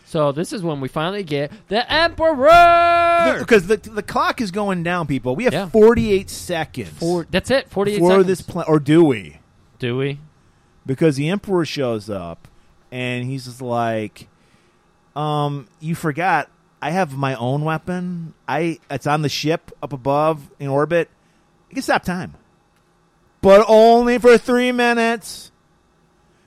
S1: So this is when we finally get the Emperor.
S2: Because the the clock is going down, people. We have
S1: Yeah.
S2: 48 seconds
S1: Four, that's it. Forty-eight
S2: for
S1: seconds.
S2: this plan, or do we?
S1: Do we?
S2: Because the emperor shows up, and he's just like, "Um, you forgot. I have my own weapon. I it's on the ship up above in orbit. I can stop time, but only for three minutes.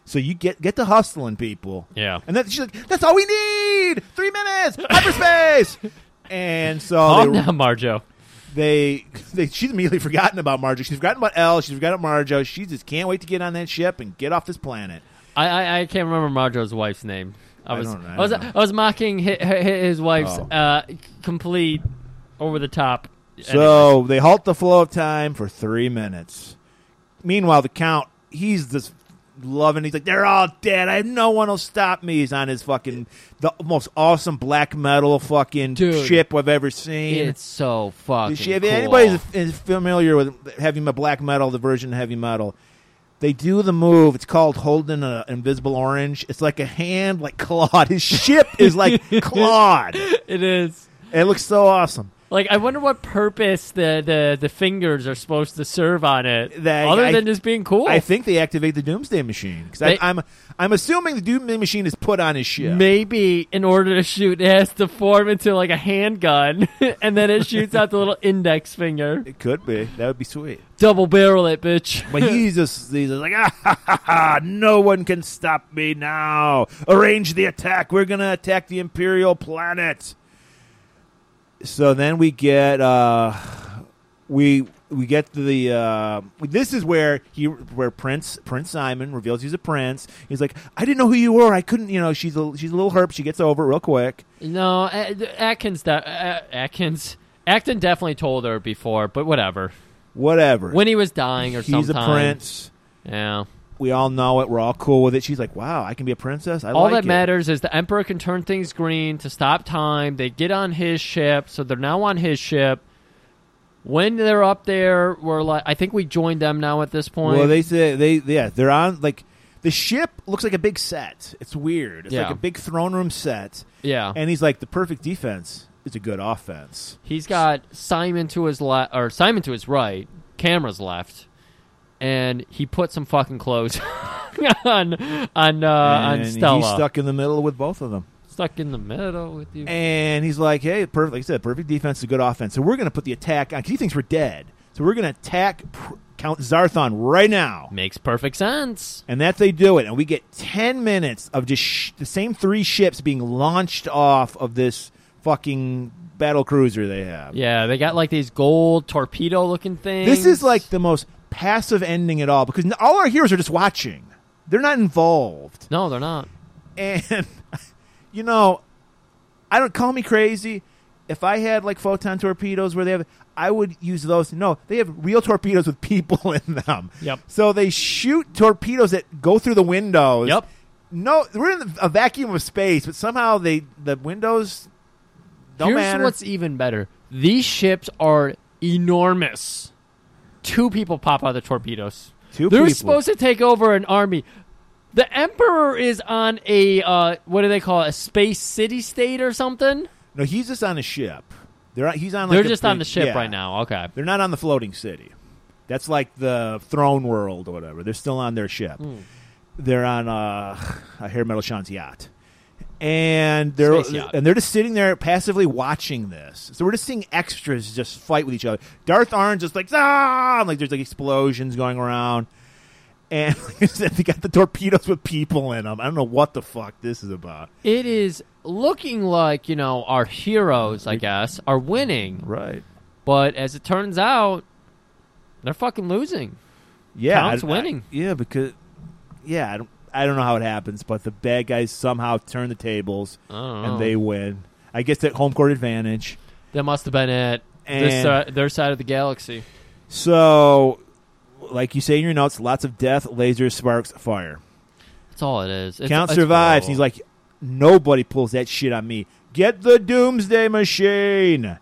S2: So you get get to hustling, people.
S1: Yeah.
S2: And then she's like, "That's all we need. Three minutes, hyperspace." and so
S1: Calm
S2: they,
S1: down, Oh, Marjo.
S2: they, they she's immediately forgotten about Marjo. She's forgotten about Elle. She's forgotten about Marjo. She just can't wait to get on that ship and get off this planet.
S1: I, I I can't remember Marjo's wife's name. I
S2: I
S1: was
S2: don't- I
S1: I, was
S2: don't know.
S1: I was mocking his, his wife's
S2: Oh.
S1: uh, complete over the top.
S2: So they halt the flow of time for three minutes. Meanwhile, the count, he's this loving. He's like, they're all dead. I no one will stop me. He's on his fucking the most awesome black metal fucking
S1: Dude.
S2: ship I've ever seen.
S1: it's so fucking.
S2: If
S1: cool.
S2: anybody's is familiar with heavy metal, black metal, the version of heavy metal, they do the move. It's called holding an invisible orange. It's like a hand, like clawed. His ship is like clawed.
S1: it is.
S2: It looks so awesome.
S1: Like I wonder what purpose the, the, the fingers are supposed to serve on it,
S2: That-
S1: other
S2: I-
S1: than just being cool.
S2: I think they activate the Doomsday Machine because
S1: They-
S2: I'm I'm assuming the Doomsday Machine is put on his ship.
S1: Maybe in order to shoot, it has to form into like a handgun, and then it shoots out the little index finger.
S2: it could be. That would be sweet.
S1: Double barrel it, bitch.
S2: But he's just he's just like ah, ha, ha, ha, no one can stop me now. Arrange the attack. We're gonna attack the Imperial planet. So then we get uh, we we get to the uh, this is where he where Prince Prince Simon reveals he's a prince. He's like I didn't know who you were. I couldn't you know she's a she's a little herp. She gets over it real quick.
S1: No, A- Atkins. That A- Atkins. Acton definitely told her before, but whatever.
S2: Whatever.
S1: When he was dying or
S2: he's
S1: sometime.
S2: a prince.
S1: Yeah.
S2: We all know it. We're all cool with it. She's like, "Wow, I can be a princess." I
S1: All
S2: like
S1: that
S2: it.
S1: matters is the Emperor can turn things green to stop time. They get on his ship, so they're now on his ship. when they're up there, we're like, I think we joined them now at this point.
S2: Well, they say they yeah they're on like the ship looks like a big set. It's weird. It's
S1: Yeah.
S2: like a big throne room set.
S1: yeah,
S2: And he's like the perfect defense is a good offense.
S1: he's got Simon to his left or Simon to his right, cameras left, and he put some fucking clothes on on uh, on
S2: and
S1: Stella.
S2: he's stuck in the middle with both of them.
S1: Stuck in the middle with you.
S2: And he's like, hey, perfect. Like I said, perfect defense is a good offense. So we're going to put the attack on because he thinks we're dead. So we're going to attack pr- Count Zarthon right now.
S1: Makes perfect sense.
S2: And that they do it, and we get ten minutes of just sh- the same three ships being launched off of this fucking battle cruiser they have.
S1: Yeah, they got like these gold torpedo looking things.
S2: This is like the most passive ending at all because n- all our heroes are just watching; they're not involved.
S1: no, they're not.
S2: And you know, I don't call me crazy. If I had like photon torpedoes where they have, I would use those. No, they have real torpedoes with people in them.
S1: Yep.
S2: So they shoot torpedoes that go through the windows.
S1: Yep.
S2: No, we're in a vacuum of space, but somehow they the windows don't
S1: Here's
S2: matter.
S1: what's even better. These ships are enormous. Two people pop out of the torpedoes.
S2: Two
S1: They're
S2: people.
S1: supposed to take over an army. The emperor is on a uh, what do they call it? A space city state or something?
S2: no, he's just on a ship. They're he's on. Like
S1: They're
S2: a
S1: just on the
S2: big-
S1: ship
S2: yeah.
S1: right now. Okay.
S2: They're not on the floating city. That's like the throne world or whatever. They're still on their ship.
S1: Hmm.
S2: They're on uh, a hair metal Sean's yacht. And they're
S1: Space yacht.
S2: and they're just sitting there passively watching this. So we're just seeing extras just fight with each other. Darth Arn's just like ah, and, like there's like explosions going around, and like I said, they got the torpedoes with people in them. I don't know what the fuck this is about.
S1: It is looking like, you know, our heroes, I guess, are winning.
S2: Right?
S1: But as it turns out, they're fucking losing.
S2: Yeah,
S1: Count's
S2: I- I-
S1: winning.
S2: yeah, because yeah, I don't, I don't know how it happens, but the bad guys somehow turn the tables
S1: I don't know.
S2: and they win. I guess that home court advantage.
S1: That must have been it. This,
S2: And-
S1: uh, their side of the galaxy.
S2: So, like you say in your notes, lots of death, lasers, sparks, fire.
S1: That's all it is. It's,
S2: Count
S1: it's
S2: survives.
S1: horrible.
S2: He's like, nobody pulls that shit on me. Get the doomsday machine.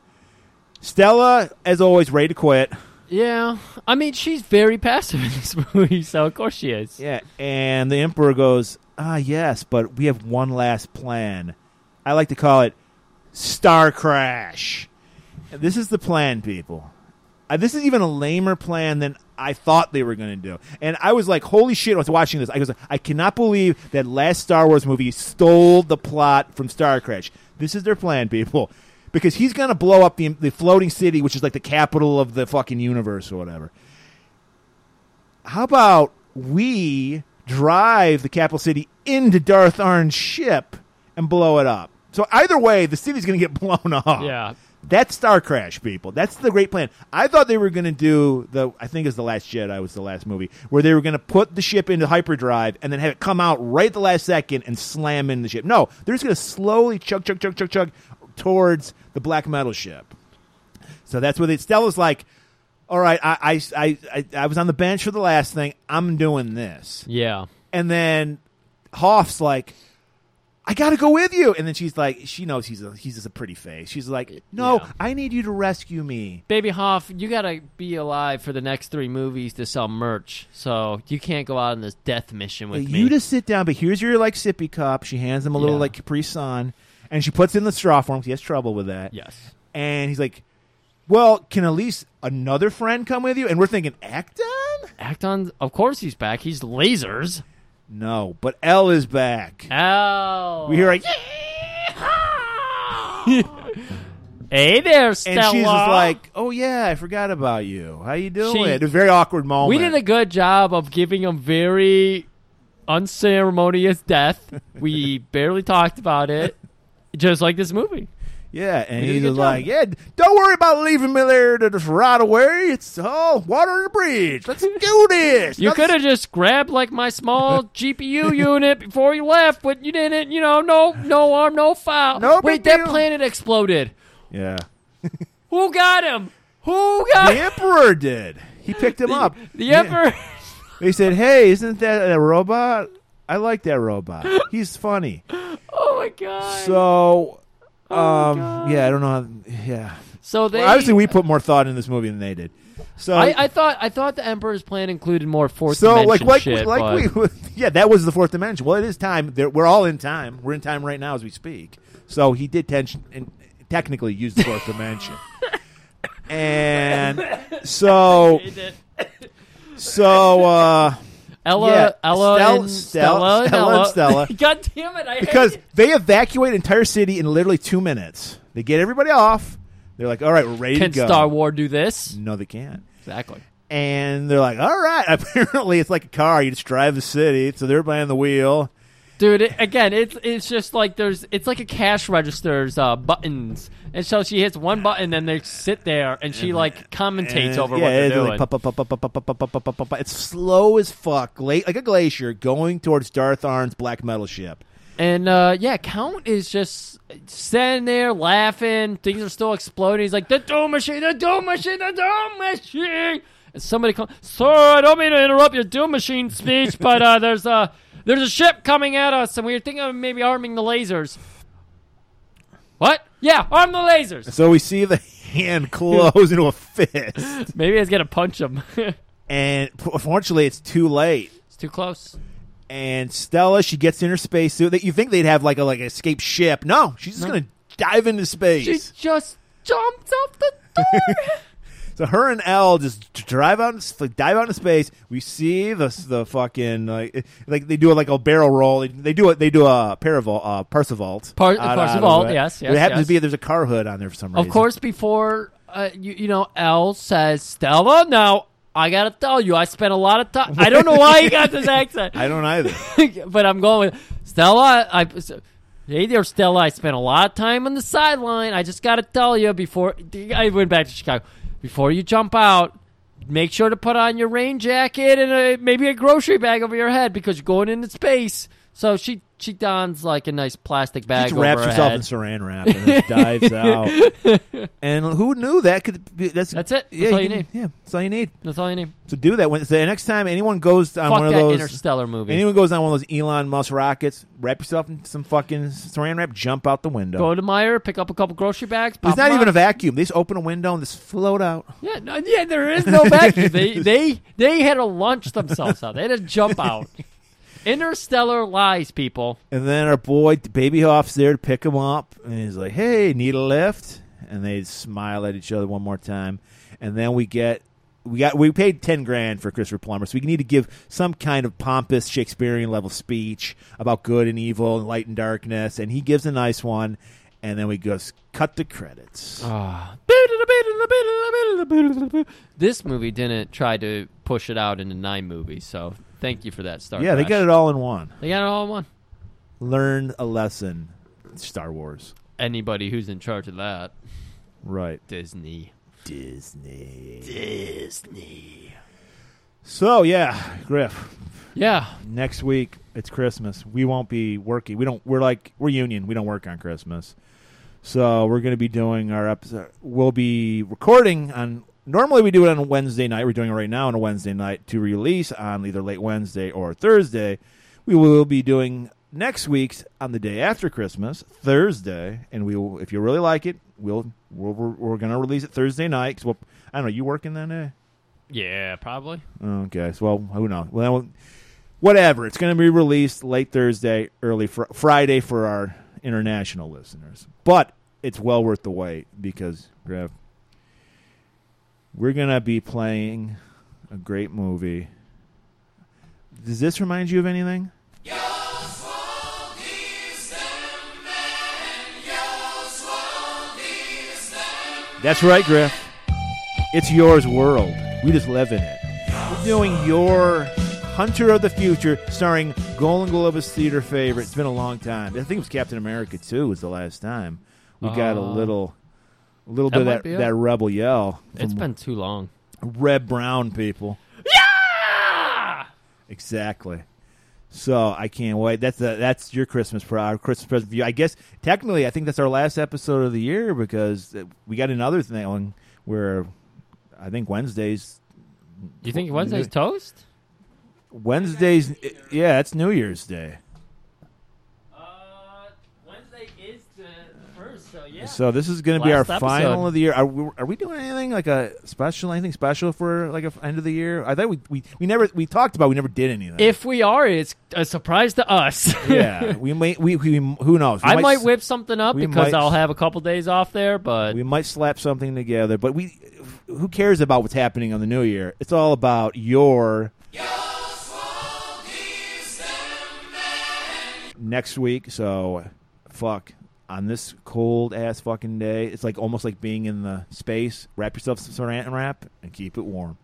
S2: Stella, as always, ready to quit.
S1: yeah. I mean, she's very passive in this movie, so of course she is.
S2: Yeah, and the emperor goes, "Ah, yes, but we have one last plan. I like to call it Star Crash. And this is the plan, people. Uh, this is even a lamer plan than I thought they were going to do. And I was like, "Holy shit!" when I was watching this. I was, like, "I cannot believe that last Star Wars movie stole the plot from Star Crash." This is their plan, people." Because he's going to blow up the, the floating city, which is like the capital of the fucking universe or whatever how about we drive the capital city into Darth Arn's ship and blow it up? So either way, the city's going to get blown up.
S1: Yeah.
S2: That's Star Crash, people. That's the great plan. I thought they were going to do the. I think it was the Last Jedi was the last movie where they were going to put the ship into hyperdrive and then have it come out right at the last second and slam in the ship. No, they're just going to slowly chug chug chug chug chug towards the black metal ship. So that's what it. Stella's like, all right, I I, I, I I was on the bench for the last thing. I'm doing this,
S1: Yeah.
S2: and then Hoff's like. I gotta go with you, and then she's like, she knows he's a, he's just a pretty face. She's like, no,
S1: Yeah.
S2: I need you to rescue me.
S1: Baby Hoff, you gotta be alive for the next three movies to sell merch, so you can't go out on this death mission with me.
S2: you just sit down, but here's your like sippy cup. She hands him a little
S1: Yeah.
S2: like Capri Sun, and she puts it in the straw for him. 'cause He has trouble with that.
S1: yes.
S2: and he's like, well, can at least another friend come with you? And we're thinking, Acton?
S1: Acton, of course he's back. He's lasers.
S2: No, but L is back.
S1: Ow.
S2: We hear like,
S1: Hey there,
S2: and
S1: Stella.
S2: she's just like, "Oh yeah, I forgot about you. How you doing?"
S1: She-
S2: it was a very awkward moment.
S1: We did a good job of giving him very unceremonious death. We barely talked about it, just like this movie.
S2: yeah, and
S1: we did a
S2: he's
S1: good
S2: just
S1: job.
S2: like, "Yeah, don't worry about leaving me there to just rot away. It's all water under the bridge. Let's do this."
S1: You
S2: Nothing-
S1: could have just grabbed like my small GPU unit before you left, but you didn't. You know, no, no arm, no foul.
S2: No
S1: Wait,
S2: big
S1: that
S2: deal.
S1: planet exploded.
S2: Yeah,
S1: Who got him? Who got
S2: the emperor did. He picked him up.
S1: the
S2: Yeah.
S1: emperor?
S2: They said, "Hey, isn't that a robot? I like that robot. He's funny."
S1: Oh my god!
S2: So, um, yeah, I don't know. How, yeah,
S1: So Oh, they
S2: Well, obviously, we put more thought in this movie than they did. So
S1: I, I thought I thought the Emperor's plan included more fourth
S2: so
S1: dimension
S2: like like
S1: shit.
S2: like
S1: but-
S2: we yeah that was the fourth dimension. Well, it is time. There, we're all in time. We're in time right now as we speak. So he did tension and technically use the fourth dimension. And so so uh
S1: Ella,
S2: Yeah,
S1: Ella,
S2: Stella-
S1: and
S2: Stella-
S1: Stella, and
S2: Stella and
S1: Ella.
S2: Stella.
S1: God damn it! I hate
S2: because
S1: it.
S2: they evacuate an entire city in literally 2 minutes. They get everybody off. They're like, "All right, we're ready
S1: can
S2: to go."
S1: Star Wars do this?
S2: No, they can't.
S1: Exactly.
S2: And they're like, "All right, apparently it's like a car. You just drive the city." So they're behind the wheel.
S1: Dude, it, again, it's it's just like there's it's like a cash register's uh, buttons, and so she hits one button, and they sit there, and she like commentates
S2: And-
S1: over
S2: yeah,
S1: what they're
S2: it's like
S1: doing.
S2: pop, pop, pop, pop, pop, pop, pop, pop, pop, pop, pop, pop. It's slow as fuck, gla- like a glacier going towards Darth Arn's black metal ship.
S1: and uh, yeah, Count is just standing there laughing. Things are still exploding. He's like the doom machine, the doom machine, the doom machine. And somebody comes, sir, I don't mean to interrupt your doom machine speech, but uh, there's a there's a ship coming at us, and we are thinking of maybe arming the lasers. What? Yeah, arm the lasers.
S2: So we see the hand close into a fist,
S1: Maybe I was gonna punch him. it's
S2: and f- unfortunately, it's too late.
S1: too close.
S2: And Stella, she gets in her spacesuit. That you think they'd have like a like an escape ship? No, she's just gonna dive into
S1: She
S2: space.
S1: just jumped off the door.
S2: so her and Elle just d- drive out, in s- like, dive out into space. We see the s- the fucking like it- like they do like a barrel roll. They, they do it. They do a paravolt, uh, parsevault.
S1: Par-
S2: out- out of
S1: Parsevault,
S2: it.
S1: yes,
S2: It
S1: yes,
S2: happens
S1: yes.
S2: to be there's a car hood on there for some reason.
S1: of course, before uh, you you know, Al says Stella. Now I gotta tell you, I spent a lot of time. I don't know why he got this accent,
S2: I don't either.
S1: but I'm going with Stella. I. Hey there, Stella. I spent a lot of time on the sideline. I just got to tell you before I went back to Chicago. Before you jump out, make sure to put on your rain jacket and a, maybe a grocery bag over your head because you're going into space. So she she dons like a nice plastic bag
S2: She
S1: over
S2: wraps
S1: her
S2: herself
S1: head.
S2: in saran wrap and just dives out. And who knew that could be? That's
S1: That's it. That's
S2: Yeah,
S1: all you
S2: can-
S1: need.
S2: Yeah, that's all you need.
S1: That's all you need.
S2: So do that when so the next time anyone goes on
S1: Fuck
S2: one
S1: that
S2: of those
S1: Interstellar movie.
S2: anyone goes on one of those Elon Musk rockets, wrap yourself in some fucking saran wrap, jump out the window.
S1: Go to Meyer, pick up a couple grocery bags.
S2: There's
S1: pop
S2: not
S1: 'em
S2: even a
S1: on.
S2: vacuum. They just open a window and just float out.
S1: yeah, no, yeah. There is no vacuum. they they they had to launch themselves out. They had to jump out. Interstellar lies, people.
S2: And then our boy Baby Hoff's there to pick him up, and he's like, "Hey, need a lift?" And they smile at each other one more time, and then we get. We got we paid ten grand for Christopher Plummer, so we need to give some kind of pompous Shakespearean level speech about good and evil and light and darkness, and he gives a nice one, and then we goes cut the credits.
S1: Oh,
S2: Ah.
S1: This movie didn't try to push it out into nine movies, so thank you for that, Star.
S2: yeah, they
S1: Crash.
S2: got it all in one.
S1: They got it all in one.
S2: Learn a lesson, Star Wars.
S1: Anybody who's in charge of that,
S2: Right,
S1: Disney.
S2: Disney.
S1: Disney.
S2: So yeah, Griff.
S1: Yeah,
S2: next week it's christmas we won't be working we don't we're like we're union we don't work on christmas so we're going to be doing our episode we'll be recording on normally we do it on a wednesday night we're doing it right now on a wednesday night to release on either late wednesday or thursday we will be doing next week's on the day after christmas thursday and we will if you really like it we'll we're, we're, we're going to release it thursday night because we'll, i don't know you working eh? that day
S1: yeah, probably.
S2: Okay. So, well, who knows? Well, that one- whatever. It's going to be released late Thursday, early fr- Friday for our international listeners. But it's well worth the wait because Griff, we're going to be playing a great movie. Does this remind you of anything? That's right, Griff. It's yours world. We just live in it. We're doing your Hunter of the Future, starring Golden Globus theater favorite. It's been a long time. I think it was Captain America too. Was the last time we got a
S1: Uh,
S2: little, a little
S1: that
S2: bit of
S1: might
S2: that
S1: be it.
S2: that rebel yell.
S1: It's been too long.
S2: Red Brown people.
S1: Yeah.
S2: Exactly. So I can't wait. That's the that's your Christmas pro our Christmas present for you. I guess technically, I think that's our last episode of the year because uh, we got another thing where I think Wednesdays
S1: You think Wednesday's toast?
S2: Wednesdays yeah, it's New Year's Day.
S1: Uh, Wednesday is the first, so yeah.
S2: So this is going to be our
S1: Last episode.
S2: final of the year. Are we, are we doing anything like a special? Anything special for like a f- end of the year? I thought we we, we never we talked about. We never did anything.
S1: If we are, it's a surprise to us.
S2: yeah, we may we, we who knows? We
S1: I might
S2: s-
S1: whip something up
S2: we
S1: because
S2: might-
S1: I'll have a couple days off there, but
S2: we might slap something together. But we who cares about what's happening on the new year? It's all about your. Next week, so fuck on this cold ass fucking day. It's like almost like being in the space. Wrap yourself some saran wrap and keep it warm.